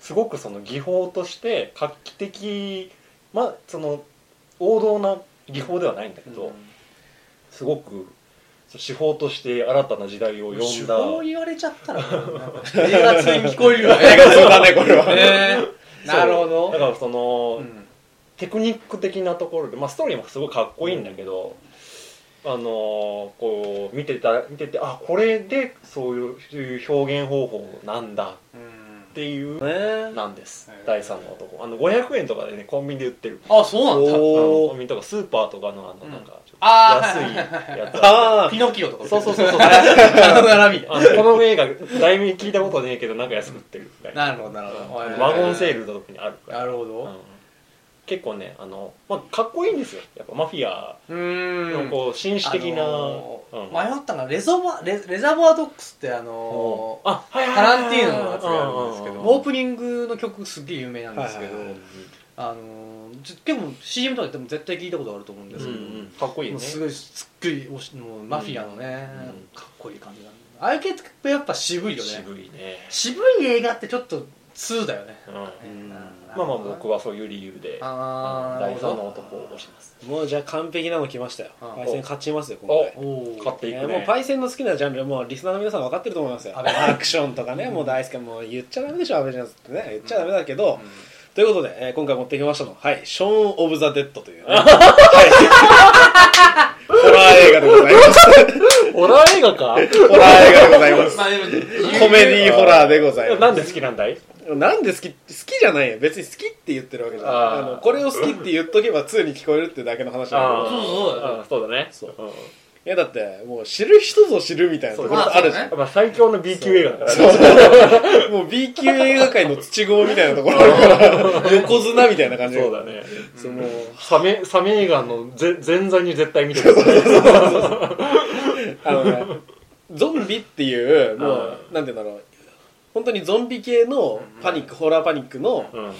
Speaker 2: すごくその技法として画期的まあその王道な技法ではないんだけど、すごくそう手法として新たな時代を呼んだ
Speaker 3: 手法言われちゃったらなんか映画通に聞こえるよ ね
Speaker 1: そうだねこれは
Speaker 3: ね
Speaker 4: なるほ
Speaker 2: だ
Speaker 4: ど
Speaker 2: からその、
Speaker 3: うん
Speaker 2: テクニック的なところで、まあ、ストーリーもすごいかっこいいんだけど、あのーこう見てた見ててあこれでそういう表現方法なんだっていう
Speaker 4: ね
Speaker 2: なんです
Speaker 3: うん
Speaker 2: 第三の男あの500円とかでねコンビニで売ってる
Speaker 3: あそうなんだ
Speaker 2: あの
Speaker 4: お
Speaker 2: コンビニとかスーパーとかのあのなんかちょっと
Speaker 3: あー
Speaker 2: 安いやつ
Speaker 4: あ
Speaker 3: ピノキオとか
Speaker 2: そうそうそうそ う
Speaker 3: あの並び
Speaker 2: あのこの映画題名聞いたことねえけどなんか安く売ってるみたいな
Speaker 3: なるほどなるほど
Speaker 2: ワゴンセールの時にあるから
Speaker 3: なるほ
Speaker 2: うん
Speaker 3: ど
Speaker 2: 結構ねあの、まあ、かっこいいんですよやっぱマフィア
Speaker 3: うー
Speaker 2: の
Speaker 3: ん
Speaker 2: こう紳士的な、
Speaker 3: あのー
Speaker 2: うん
Speaker 3: 迷ったのがレゾバレレザーバードックスってあのー
Speaker 2: あはいはい
Speaker 3: タ
Speaker 2: はい
Speaker 3: ランティーノのやつがあるんですけど
Speaker 2: うう
Speaker 3: オープニングの曲すっげえ有名なんですけど
Speaker 4: はいはいはい
Speaker 3: あのーちょ結構 CM とかでも絶対聞いたことあると思うんです
Speaker 2: う
Speaker 3: け
Speaker 2: ん
Speaker 3: ど
Speaker 2: うんかっこいい
Speaker 3: も
Speaker 2: ね
Speaker 3: うすごいすっごいおしもうマフィアのね
Speaker 2: うんうん
Speaker 3: かっこいい感じなんだああいう系ってやっぱ渋いよね
Speaker 2: 渋いね、
Speaker 3: 渋い映画ってちょっと2だよね
Speaker 2: うん、ま
Speaker 4: ん
Speaker 2: あまあ僕はそういう理由で
Speaker 3: あー
Speaker 2: 第三の男を推します
Speaker 4: もうじゃあ完璧なの来ましたよ
Speaker 3: あ
Speaker 4: パイセン勝ちますよ今回
Speaker 3: おお
Speaker 2: 買ってい
Speaker 4: え
Speaker 2: く
Speaker 4: ー
Speaker 2: ね
Speaker 4: もうパイセンの好きなジャンルもうリスナーの皆さん分かってると思いますよ
Speaker 3: あれ
Speaker 4: アクションとかねもう大好きもう言っちゃダメでしょアベジャーズってね言っちゃダメだけど、ということで、えー今回持ってきましたのは、はい、ショーン・オブ・ザ・デッ ドというね、はい、ホラー映画でございます。
Speaker 2: ホラー映画か
Speaker 4: ホラー映画でございます。
Speaker 3: まあでも
Speaker 4: コメディーホラーでございます。
Speaker 2: なんで好きなんだい
Speaker 4: なんで好き好きじゃないよ別に好きって言ってるわけじゃない
Speaker 2: あ
Speaker 4: あ
Speaker 2: ー
Speaker 4: のこれを好きって言っとけば2に聞こえるってだけの話なんだけど
Speaker 3: ーそうだよ
Speaker 2: あーそうだね
Speaker 4: そうんいやだってもう知る人ぞ知るみたいなところ
Speaker 2: そう
Speaker 4: あるじゃん、
Speaker 3: ま
Speaker 2: まあ、最強の B 級映画だからね
Speaker 4: もう B 級映画界の土豪みたいなところあるから横綱みたいな感じ
Speaker 2: そうだね
Speaker 4: その
Speaker 2: サメサメ映画のぜ前座に絶対見てる
Speaker 4: あのねゾンビっていうもうなんて言うんだろう本当にゾンビ系のパニック、ホラーパニックの
Speaker 2: うん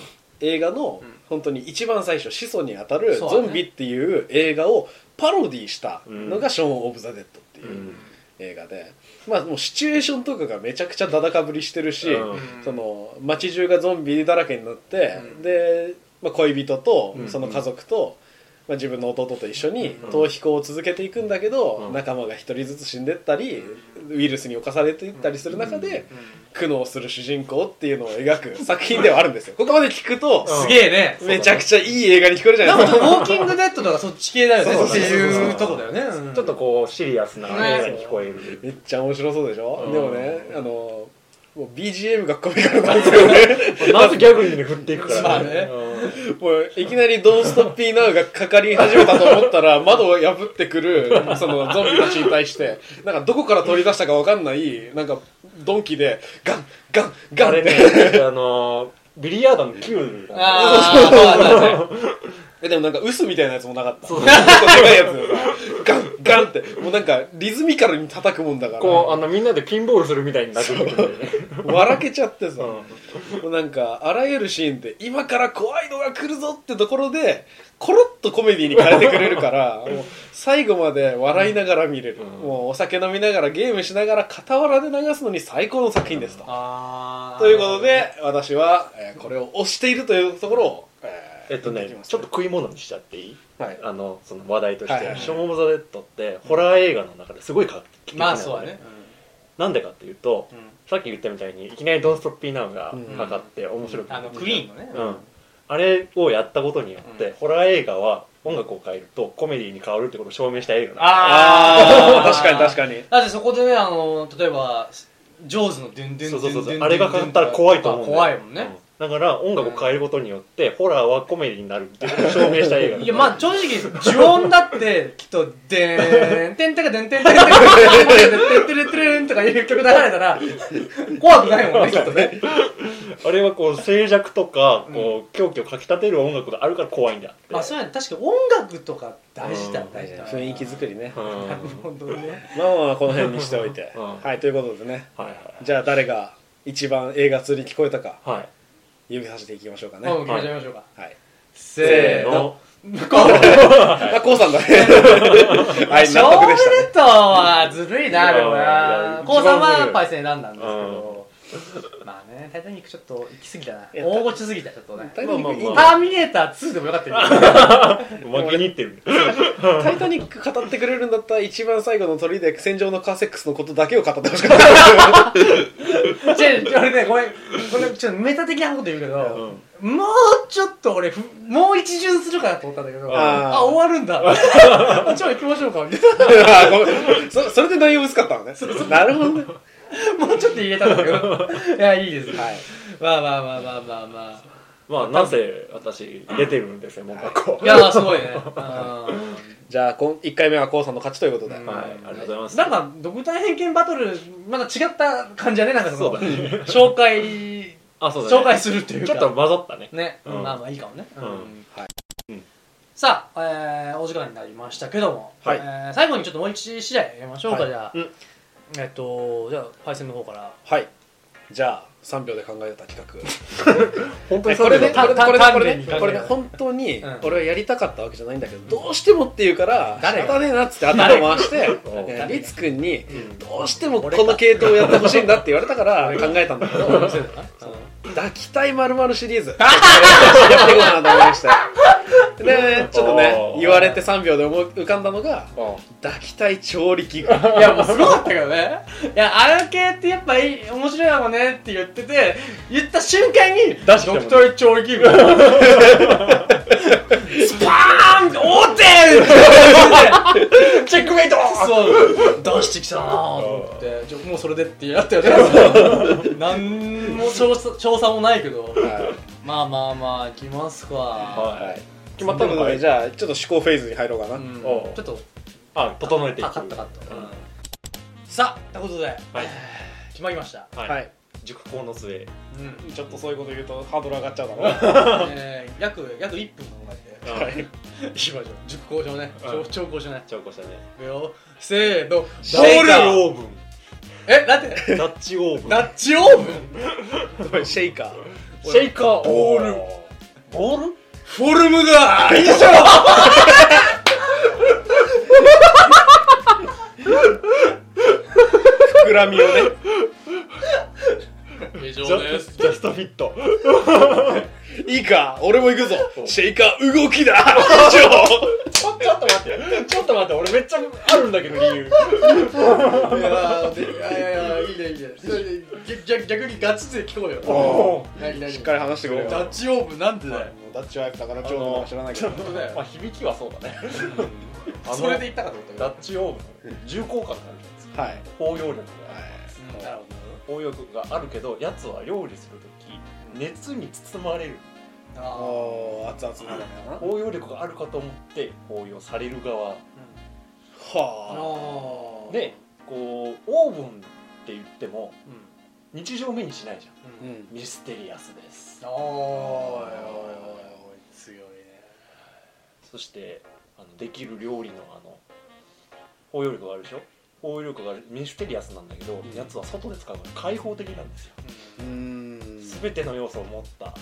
Speaker 4: 映画の
Speaker 3: ん
Speaker 4: 本当に一番最初始祖にあたる「
Speaker 3: そうだ
Speaker 4: ゾ
Speaker 3: ね
Speaker 4: ンビ」っていう映画をパロディしたのが「ショーン・オブ・ザ・デッド」っていううん映画で、まあ、もうシチュエーションとかがめちゃくちゃダダかぶりしてるし、
Speaker 2: うん
Speaker 4: その街中がゾンビだらけになって、
Speaker 3: うん
Speaker 4: で、まあ、恋人と
Speaker 2: うん
Speaker 4: その家族と、まあ、自分の弟と一緒に
Speaker 2: うん
Speaker 4: 逃避行を続けていくんだけど、
Speaker 2: うん
Speaker 4: 仲間が一人ずつ死んでったりウイルスに侵されていったりする中で、苦悩する主人公っていうのを描く作品ではあるんですよ。ここまで聞くと、
Speaker 2: うん
Speaker 3: すげえね
Speaker 4: めちゃくちゃいい映画に聞こえるじゃ
Speaker 3: な
Speaker 4: なんい
Speaker 3: かウ
Speaker 4: ですか。
Speaker 3: ォーキングデッドとかそっち系だよ
Speaker 4: そう
Speaker 3: ねっ
Speaker 4: だ
Speaker 3: て
Speaker 4: ね
Speaker 3: いうとこだよねうん
Speaker 2: ちょっとこうシリアスな映画に聞こえる
Speaker 4: めっちゃ面白そうでしょ、
Speaker 2: うん
Speaker 4: でもね、あの、もう BGM がコミカルなんですよね。
Speaker 2: なぜギャグに振っていくから
Speaker 3: まあね
Speaker 2: うん
Speaker 4: もういきなり「ドンストッピーナウ」がかかり始めたと思ったら窓を破ってく るそのゾンビたちに対してなんかどこから取り出したかわかんないなんかドンキでガンガンガ
Speaker 2: あ
Speaker 4: ン
Speaker 2: れ
Speaker 4: って
Speaker 2: ね、あのー、ビリヤードのキュールが
Speaker 3: ああそうだね
Speaker 4: えでもなんか薄みたいなやつもなかった そうでかいやつでさガンガンってもうなんかリズミカルに叩くもんだから
Speaker 2: こうあのみんなでピンボールするみたいになってくるんだよね
Speaker 4: 笑けちゃってさ、
Speaker 2: うん
Speaker 4: もうなんかあらゆるシーンで今から怖いのが来るぞってところでコロッとコメディに変えてくれるからもう最後まで笑いながら見れる、
Speaker 2: うん
Speaker 4: もうお酒飲みながらゲームしながら傍らで流すのに最高の作品ですと、
Speaker 3: あー
Speaker 4: ということで私は、えーこれを推しているというところを、え
Speaker 2: えっとねちょっと食い物にしちゃっていい
Speaker 4: と、はい、
Speaker 2: あのその話題として、
Speaker 4: はいはいはい
Speaker 2: ショーン・オブ・ザ・デッドってホラー映画の中ですごい画期的な
Speaker 3: まあそうだね
Speaker 2: なんでかっていうと
Speaker 3: うん
Speaker 2: さっき言ったみたいにいきなり「ドンストッピーナウ」がかかって面白くな
Speaker 3: あ
Speaker 2: る
Speaker 3: のクイーンのね
Speaker 2: うん、あれをやったことによって、
Speaker 3: うん
Speaker 2: ホラー映画は音楽を変えるとコメディに変わるってことを証明した映画なんだ
Speaker 3: あー
Speaker 4: 確かに確かに
Speaker 3: だってそこでねあの例えばジョーズのドゥンドゥン
Speaker 2: そうそうそうそ
Speaker 3: ドゥ
Speaker 2: う
Speaker 3: ンドゥン
Speaker 2: あれがかかったら怖いと思うんだよ
Speaker 3: 怖いもんね、
Speaker 2: うんだから音楽を変えることによって、ホラーはコメディになるっていうことを証明した映画なんだ
Speaker 3: いやまあ正直呪音だってきっと「でーんてんてかでんてんてんてんてんてんてんてんてんてんてん」とかいう曲流れたら怖くないもんねきっとね
Speaker 2: あれはこう静寂とかこう狂気をかきたてる音楽があるから怖いんだって、
Speaker 3: まあそうやね確かに音楽とか大事だ大事だ
Speaker 4: 雰囲気作りね
Speaker 2: うん
Speaker 3: なるほどね
Speaker 4: まあまあこの辺にしておいて
Speaker 2: うん
Speaker 4: はいということでね
Speaker 2: はいはい
Speaker 4: じゃあ誰が一番映画通に聞こえたか
Speaker 2: はい
Speaker 4: 指さしていきましょうかね
Speaker 3: もう決めちゃいましょうか
Speaker 4: はい
Speaker 3: せーの
Speaker 4: あこう さんだねはい納得でし
Speaker 3: ショーベルトはずるいな、でも
Speaker 2: いやい
Speaker 3: な
Speaker 2: や。
Speaker 3: コウさん
Speaker 2: 一番ず
Speaker 3: は
Speaker 2: るい
Speaker 3: パイセン選んだんですけど。まあね、タイタニックちょっと行き過ぎたな。
Speaker 4: や
Speaker 3: 大ごちすぎた、ちょっとね。
Speaker 4: たね
Speaker 2: まあまあま
Speaker 3: タ
Speaker 2: あ
Speaker 3: ーミネーター2でもよかったよ。
Speaker 2: 負けにいって る
Speaker 4: タイタニック語ってくれるんだったら一番最後の鳥で戦場のカーセックスのことだけを語ってほしかった
Speaker 3: 違う違う俺ね、ごめん。これちょっとメタ的なこと言うけど、もうちょっと俺、ふもう一巡するかなと思ったんだけど、
Speaker 4: あー
Speaker 3: あ、終わるんだ。 あじゃあ行きましょうか。
Speaker 4: あごめんそそれで内容薄かったのねなるほどね
Speaker 3: もうちょっと入れたんだけど。いや、いいです。
Speaker 4: はい
Speaker 3: まあまあまあまあまあまあ。
Speaker 2: まあなんせ私出てるんですよもう学校
Speaker 3: いや、すごいね。うん
Speaker 4: じゃあこん1回目はこうさんの勝ちということで、
Speaker 2: はいありがとうございます
Speaker 3: なんか独断偏見バトルまだ違った感じだねなんかその
Speaker 2: そうだね
Speaker 3: 紹介
Speaker 2: あそうだね
Speaker 3: 紹介するっていう
Speaker 2: ち
Speaker 3: か
Speaker 2: ょっと混ざったね
Speaker 3: ね、
Speaker 2: うん
Speaker 3: まあまあいいかもね、
Speaker 2: うん
Speaker 4: はい
Speaker 2: うん
Speaker 3: さあ、えーお時間になりましたけども、
Speaker 4: はい
Speaker 3: えー最後にちょっともう一試合やりましょうか、
Speaker 4: はい
Speaker 3: じゃあ、
Speaker 2: うん
Speaker 3: えっとじゃあパイセンの方 から
Speaker 4: はいじゃあ3秒で考えた企画
Speaker 2: 本当
Speaker 4: はい
Speaker 2: に
Speaker 4: こ
Speaker 2: そうだ
Speaker 4: れ
Speaker 2: よ
Speaker 4: ね、これね、
Speaker 3: た
Speaker 4: これね、こ
Speaker 3: 丹念に考え、
Speaker 4: れね
Speaker 3: た
Speaker 4: これね本当に
Speaker 3: うん、
Speaker 4: 俺はやりたかったわけじゃないんだけど、どうしてもっていうから、
Speaker 3: 誰が
Speaker 4: 仕方ねえなっつって頭回して
Speaker 2: 誰、
Speaker 4: え
Speaker 3: が
Speaker 4: ーリツくんに、
Speaker 2: ん
Speaker 4: どうしてもこの系統をやってほしいんだって言われたから考えたんだけど、抱きたいまるまるシ リーズ、やっていこうかなと思いまして。で、ちょっとね
Speaker 2: お、ー
Speaker 4: 言われて3秒で思い浮かんだのが、
Speaker 2: うん
Speaker 4: 抱きたい調理 器具。
Speaker 3: いやもうすごかったけどねいやあの系ってやっぱいい面白いかもねって言ってて言った瞬間に「
Speaker 2: 出しても
Speaker 3: ドクター調理器具」スパーンおって
Speaker 2: チェックメイト
Speaker 3: そう出してきたなと思ってじゃあもうそれでってやったよね 何も調査調査もないけどまあまあまあいきますか、
Speaker 2: はい
Speaker 4: 決まったので、じゃあ、ちょっと思考フェーズに入ろうかな
Speaker 3: う。ん、ちょ
Speaker 2: お
Speaker 3: っと
Speaker 2: あ整えてい
Speaker 3: あ
Speaker 2: く
Speaker 3: カットカット、うんさあということで、
Speaker 2: はい
Speaker 3: 決まりました、
Speaker 2: はい、
Speaker 4: はい。
Speaker 2: 熟考の末
Speaker 3: うん
Speaker 4: ちょっとそういうこと言うと、ハードル上がっちゃうだろうな。
Speaker 3: えー約約1分考えて
Speaker 2: はい
Speaker 3: 行きましょう熟考場ね
Speaker 2: うん
Speaker 3: 超考場ね
Speaker 2: 調校したね
Speaker 3: いくよせーの
Speaker 4: ダメか
Speaker 3: ボール
Speaker 2: オー
Speaker 3: えだって
Speaker 2: ブンダッチオーブン
Speaker 3: ダッチオーブン
Speaker 4: シェイカ ー。
Speaker 2: シェイカー
Speaker 3: ボール
Speaker 2: ボール
Speaker 3: フォルムがいいでしょ
Speaker 4: 膨らみをね。
Speaker 3: 以
Speaker 2: ジャスジャストフィット
Speaker 4: いいか、俺も行くぞ
Speaker 2: お。
Speaker 4: シェイカー動きだ。以上。
Speaker 2: ちょちょっと待ってちょっと待って俺めっちゃあるんだけど理由
Speaker 3: いやーいやいやいいねいいねそれで逆逆にガチ勢聞こうよ
Speaker 2: お
Speaker 3: 何何
Speaker 4: しっかり話してくれよ。
Speaker 3: ダッチオーブンなんでだよ
Speaker 4: ダッチワイフだからちょうど知らないけど。
Speaker 3: 本当だ
Speaker 2: まあ
Speaker 3: よ
Speaker 2: 響きはそうだねあの
Speaker 3: それで言ったかと思ったけど
Speaker 2: ダッチオーブン重厚感があるじゃないですか
Speaker 4: はい。はい
Speaker 2: 包容力が
Speaker 3: うんなるほ
Speaker 2: 包容力があるけどやつは料理するとき熱に包まれる
Speaker 3: どあ
Speaker 4: おー、熱々なんだよな。
Speaker 2: 包容力があるかと思って包容される側
Speaker 4: は
Speaker 3: あ
Speaker 2: でこうオーブンって言っても
Speaker 3: うん
Speaker 2: 日常目にしないじゃん
Speaker 4: あ。う
Speaker 3: うん
Speaker 4: ん。
Speaker 2: ミステリアスです
Speaker 3: おーおいおいおいおい強いね
Speaker 2: そしてあのできる料理のあの包容力があるでしょ包容力があるミステリアスなんだけど、やつは外で使うから開放的なんですよ
Speaker 4: うーん。
Speaker 2: 全ての要素を持った
Speaker 4: は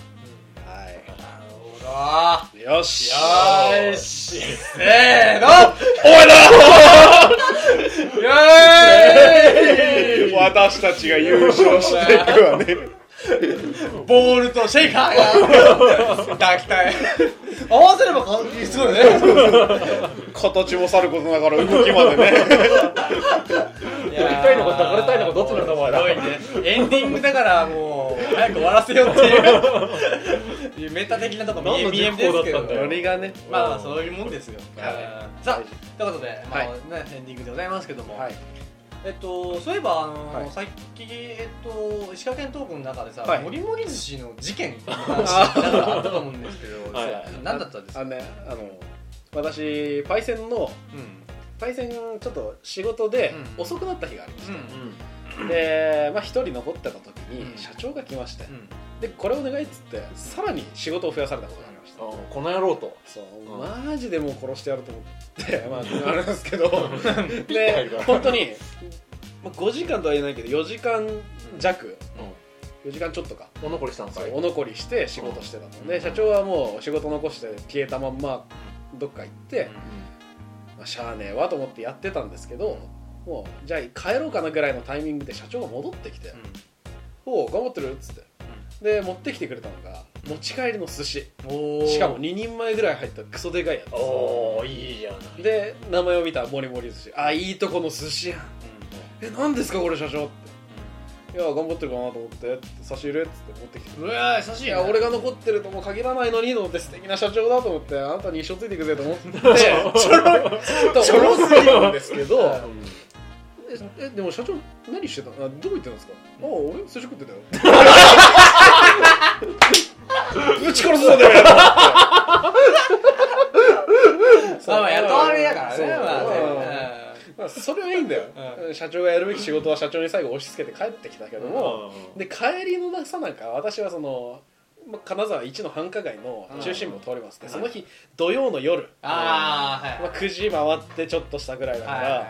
Speaker 3: なるほど
Speaker 4: い。よし。
Speaker 3: よーしせーの
Speaker 4: お前だ
Speaker 3: イエー
Speaker 4: 私たちが優勝していくわね。
Speaker 3: イボールとシェイカーが抱きたい合わせればかすごいね
Speaker 4: 形もさることながら動きまでね。
Speaker 3: い
Speaker 2: って怒りの子抱かれたいの子どっちなんだお前ら
Speaker 3: すごいねエンディングだからもう早く終わらせようっていうメタ的なとこ見
Speaker 2: 何
Speaker 3: え
Speaker 2: の
Speaker 3: 見え
Speaker 2: 実
Speaker 3: 見えで
Speaker 2: 行
Speaker 3: す
Speaker 2: だ
Speaker 3: け
Speaker 2: ったんだ
Speaker 3: ど
Speaker 2: よ
Speaker 4: ノリがね
Speaker 3: まあそういうもんですよ
Speaker 4: は
Speaker 3: さあということで、まあね、
Speaker 4: はい
Speaker 3: エンディングでございますけども、
Speaker 4: はい
Speaker 3: えっと、そういえばあの、
Speaker 4: はい
Speaker 3: さっき、えっと、石川県トークの中でさ、
Speaker 4: はい
Speaker 3: もりもり寿司の事件の 話なんかあったと思うんですけど
Speaker 2: はいはい
Speaker 3: 何だったんですか、
Speaker 4: あのねあの私パイセンの
Speaker 3: うん
Speaker 4: パイセンちょっと仕事で
Speaker 3: うん
Speaker 4: 遅くなった日がありまし
Speaker 3: うん
Speaker 4: た、でまあ一人残ってた時
Speaker 3: う
Speaker 4: に
Speaker 3: ん
Speaker 4: 社長が来まして、
Speaker 3: うん
Speaker 4: でこれお願いっつってさらに仕事を増やされたことがありました、
Speaker 2: うんこの野郎と
Speaker 4: そう
Speaker 2: う
Speaker 4: マジでもう殺してやると思って、まあ、あれなんですけどで
Speaker 2: るから
Speaker 4: 本当に、まあ、5時間とは言えないけど4時間弱、4時間ちょっとか、
Speaker 2: お残りしたんかい
Speaker 4: お残りして仕事してたので、
Speaker 2: うん
Speaker 4: 社長はもう仕事残して消えたまんまどっか行って、まあ、しゃあねえわと思ってやってたんですけどもうじゃあ帰ろうかなぐらいのタイミングで社長が戻ってきて「おお頑張ってる」っつってで持ってきてくれたのが持ち帰りの寿司
Speaker 3: おー
Speaker 4: しかも2人前ぐらい入ったクソでかいやつ
Speaker 2: おおいいじゃない
Speaker 4: で名前を見たらモリモリ寿司あいいとこの寿司やんえ何ですかこれ社長っていや頑張ってるかなと思ってって差し入れっつって持ってきてくれて
Speaker 3: うわー優しい,、
Speaker 4: いや俺
Speaker 3: が
Speaker 4: が残ってるとも限らないのにと思って素敵な社長だと思ってあなたに一生ついていくぜと思 ってちょろっとろすぎるんですけどえ えでも社長何してたのあどこ行ってたんですかあ俺寿司食ってたよ ぶち殺すぞてめ え
Speaker 3: まあまあ雇われだから
Speaker 4: そう
Speaker 3: ねまあね
Speaker 4: まあそれはいいんだよ、社長がやるべき仕事は社長に最後押し付けて帰ってきたけども、で帰りのさなんか私はその、まあ、金沢一の繁華街の中心部を通りますで、
Speaker 3: うん
Speaker 4: その日土曜の夜、
Speaker 3: ああー
Speaker 4: ま
Speaker 3: は
Speaker 4: あ、9時回ってちょっとしたぐらいだ
Speaker 3: い
Speaker 4: から、
Speaker 3: はいはいまあ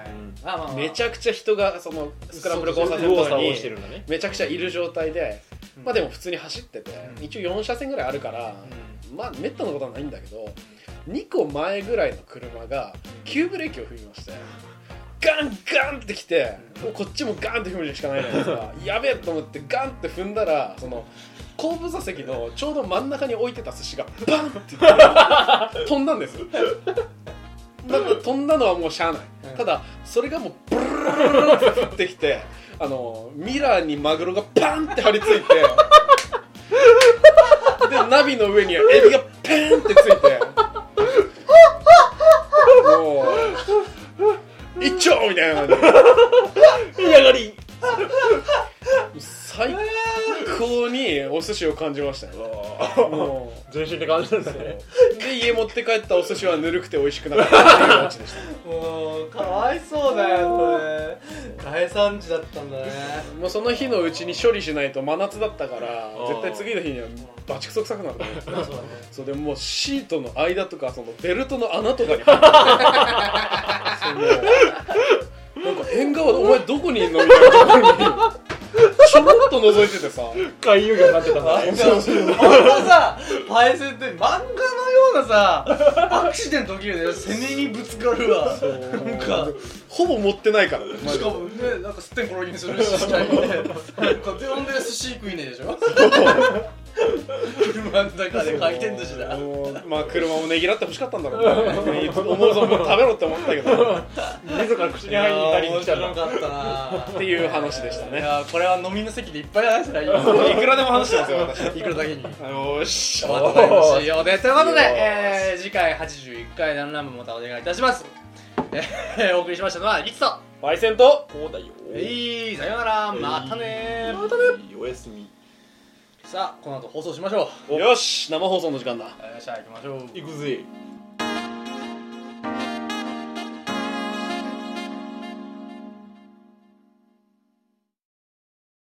Speaker 3: まあまあ
Speaker 4: めちゃくちゃ人がそのスクランブル交差点
Speaker 2: 右
Speaker 4: と
Speaker 2: 往
Speaker 4: か
Speaker 2: 左
Speaker 4: に
Speaker 2: 往してるんだね
Speaker 4: めちゃくちゃいる状態で、
Speaker 3: うん
Speaker 4: まあでも普通に走ってて、
Speaker 3: うん
Speaker 4: 一応4車線ぐらいあるから、まあめったなことはないんだけど2個前ぐらいの車が急ブレーキを踏みましてガンガンってきてもうこっちもガンって踏むしかないじゃないです かやべえと思ってガンって踏んだらその後部座席のちょうど真ん中に置いてた寿司がバンって飛んだ んですよだから飛んだのはもうしゃあない、
Speaker 3: うん
Speaker 4: ただそれがもうブルルルルルって降ってきてあのミラーにマグロがバンって張り付いてでナビの上にはエビがペンってついてもう一丁みたいな感じ嫌がり最高にお寿司を感じましたねもう
Speaker 2: 全身って感じなんだね
Speaker 4: で家持って帰ったお寿司はぬるくて美味しくなかったっていうオチでした
Speaker 3: もうかわいそうだよこれ大惨事だったんだ ね
Speaker 4: もうその日のうちに処理しないと真夏だったから
Speaker 2: ー
Speaker 4: 絶対次の日にはバチクソ臭くなると思うんですよ
Speaker 3: まあそうだね
Speaker 4: そうでもうシートの間とかそのベルトの穴 とかに入っててそうもうなんか縁側で「お前どこにいんの?」みたいなところにちょろっと覗いててさ
Speaker 2: 海遊魚になってたんだ
Speaker 3: あ
Speaker 2: ね
Speaker 3: んなさ、パイセンって漫画のようなさ、アクシデント起きるよね、背根にぶつかるわ。なんか、
Speaker 4: ほぼ持ってないからね
Speaker 3: しかもね、なんかすってんころにするし、下にね、とてもんで寿司食いねえでしょ。車の中で回転寿司だ。
Speaker 4: もうまあ車もねぎらってほしかったん だろうね思う存分食べろって思ったけど
Speaker 2: 自ら口
Speaker 3: い
Speaker 2: に入りた
Speaker 3: や
Speaker 2: り
Speaker 3: ー
Speaker 2: に
Speaker 3: 面
Speaker 2: 来たんだ
Speaker 3: 白かったな
Speaker 4: っていう話でした
Speaker 3: い
Speaker 4: ね
Speaker 3: やーこれは飲みの席でいっぱい話したらいいよ
Speaker 4: いくらでも話してま すよ私
Speaker 3: いくらだけに
Speaker 4: よーし
Speaker 3: 終わったよろしいようでということで、
Speaker 2: よーし
Speaker 3: えー次回81回「ランランもまたお願いいたします、えー お送りしましたのはリツと
Speaker 4: パイセンと
Speaker 2: こうだよ
Speaker 3: いいさようならまたねー
Speaker 2: おやすみ
Speaker 3: さあこの後放送しましょう
Speaker 4: よし生放送の時間だ
Speaker 3: よっしゃ行きましょう
Speaker 2: 行くぜ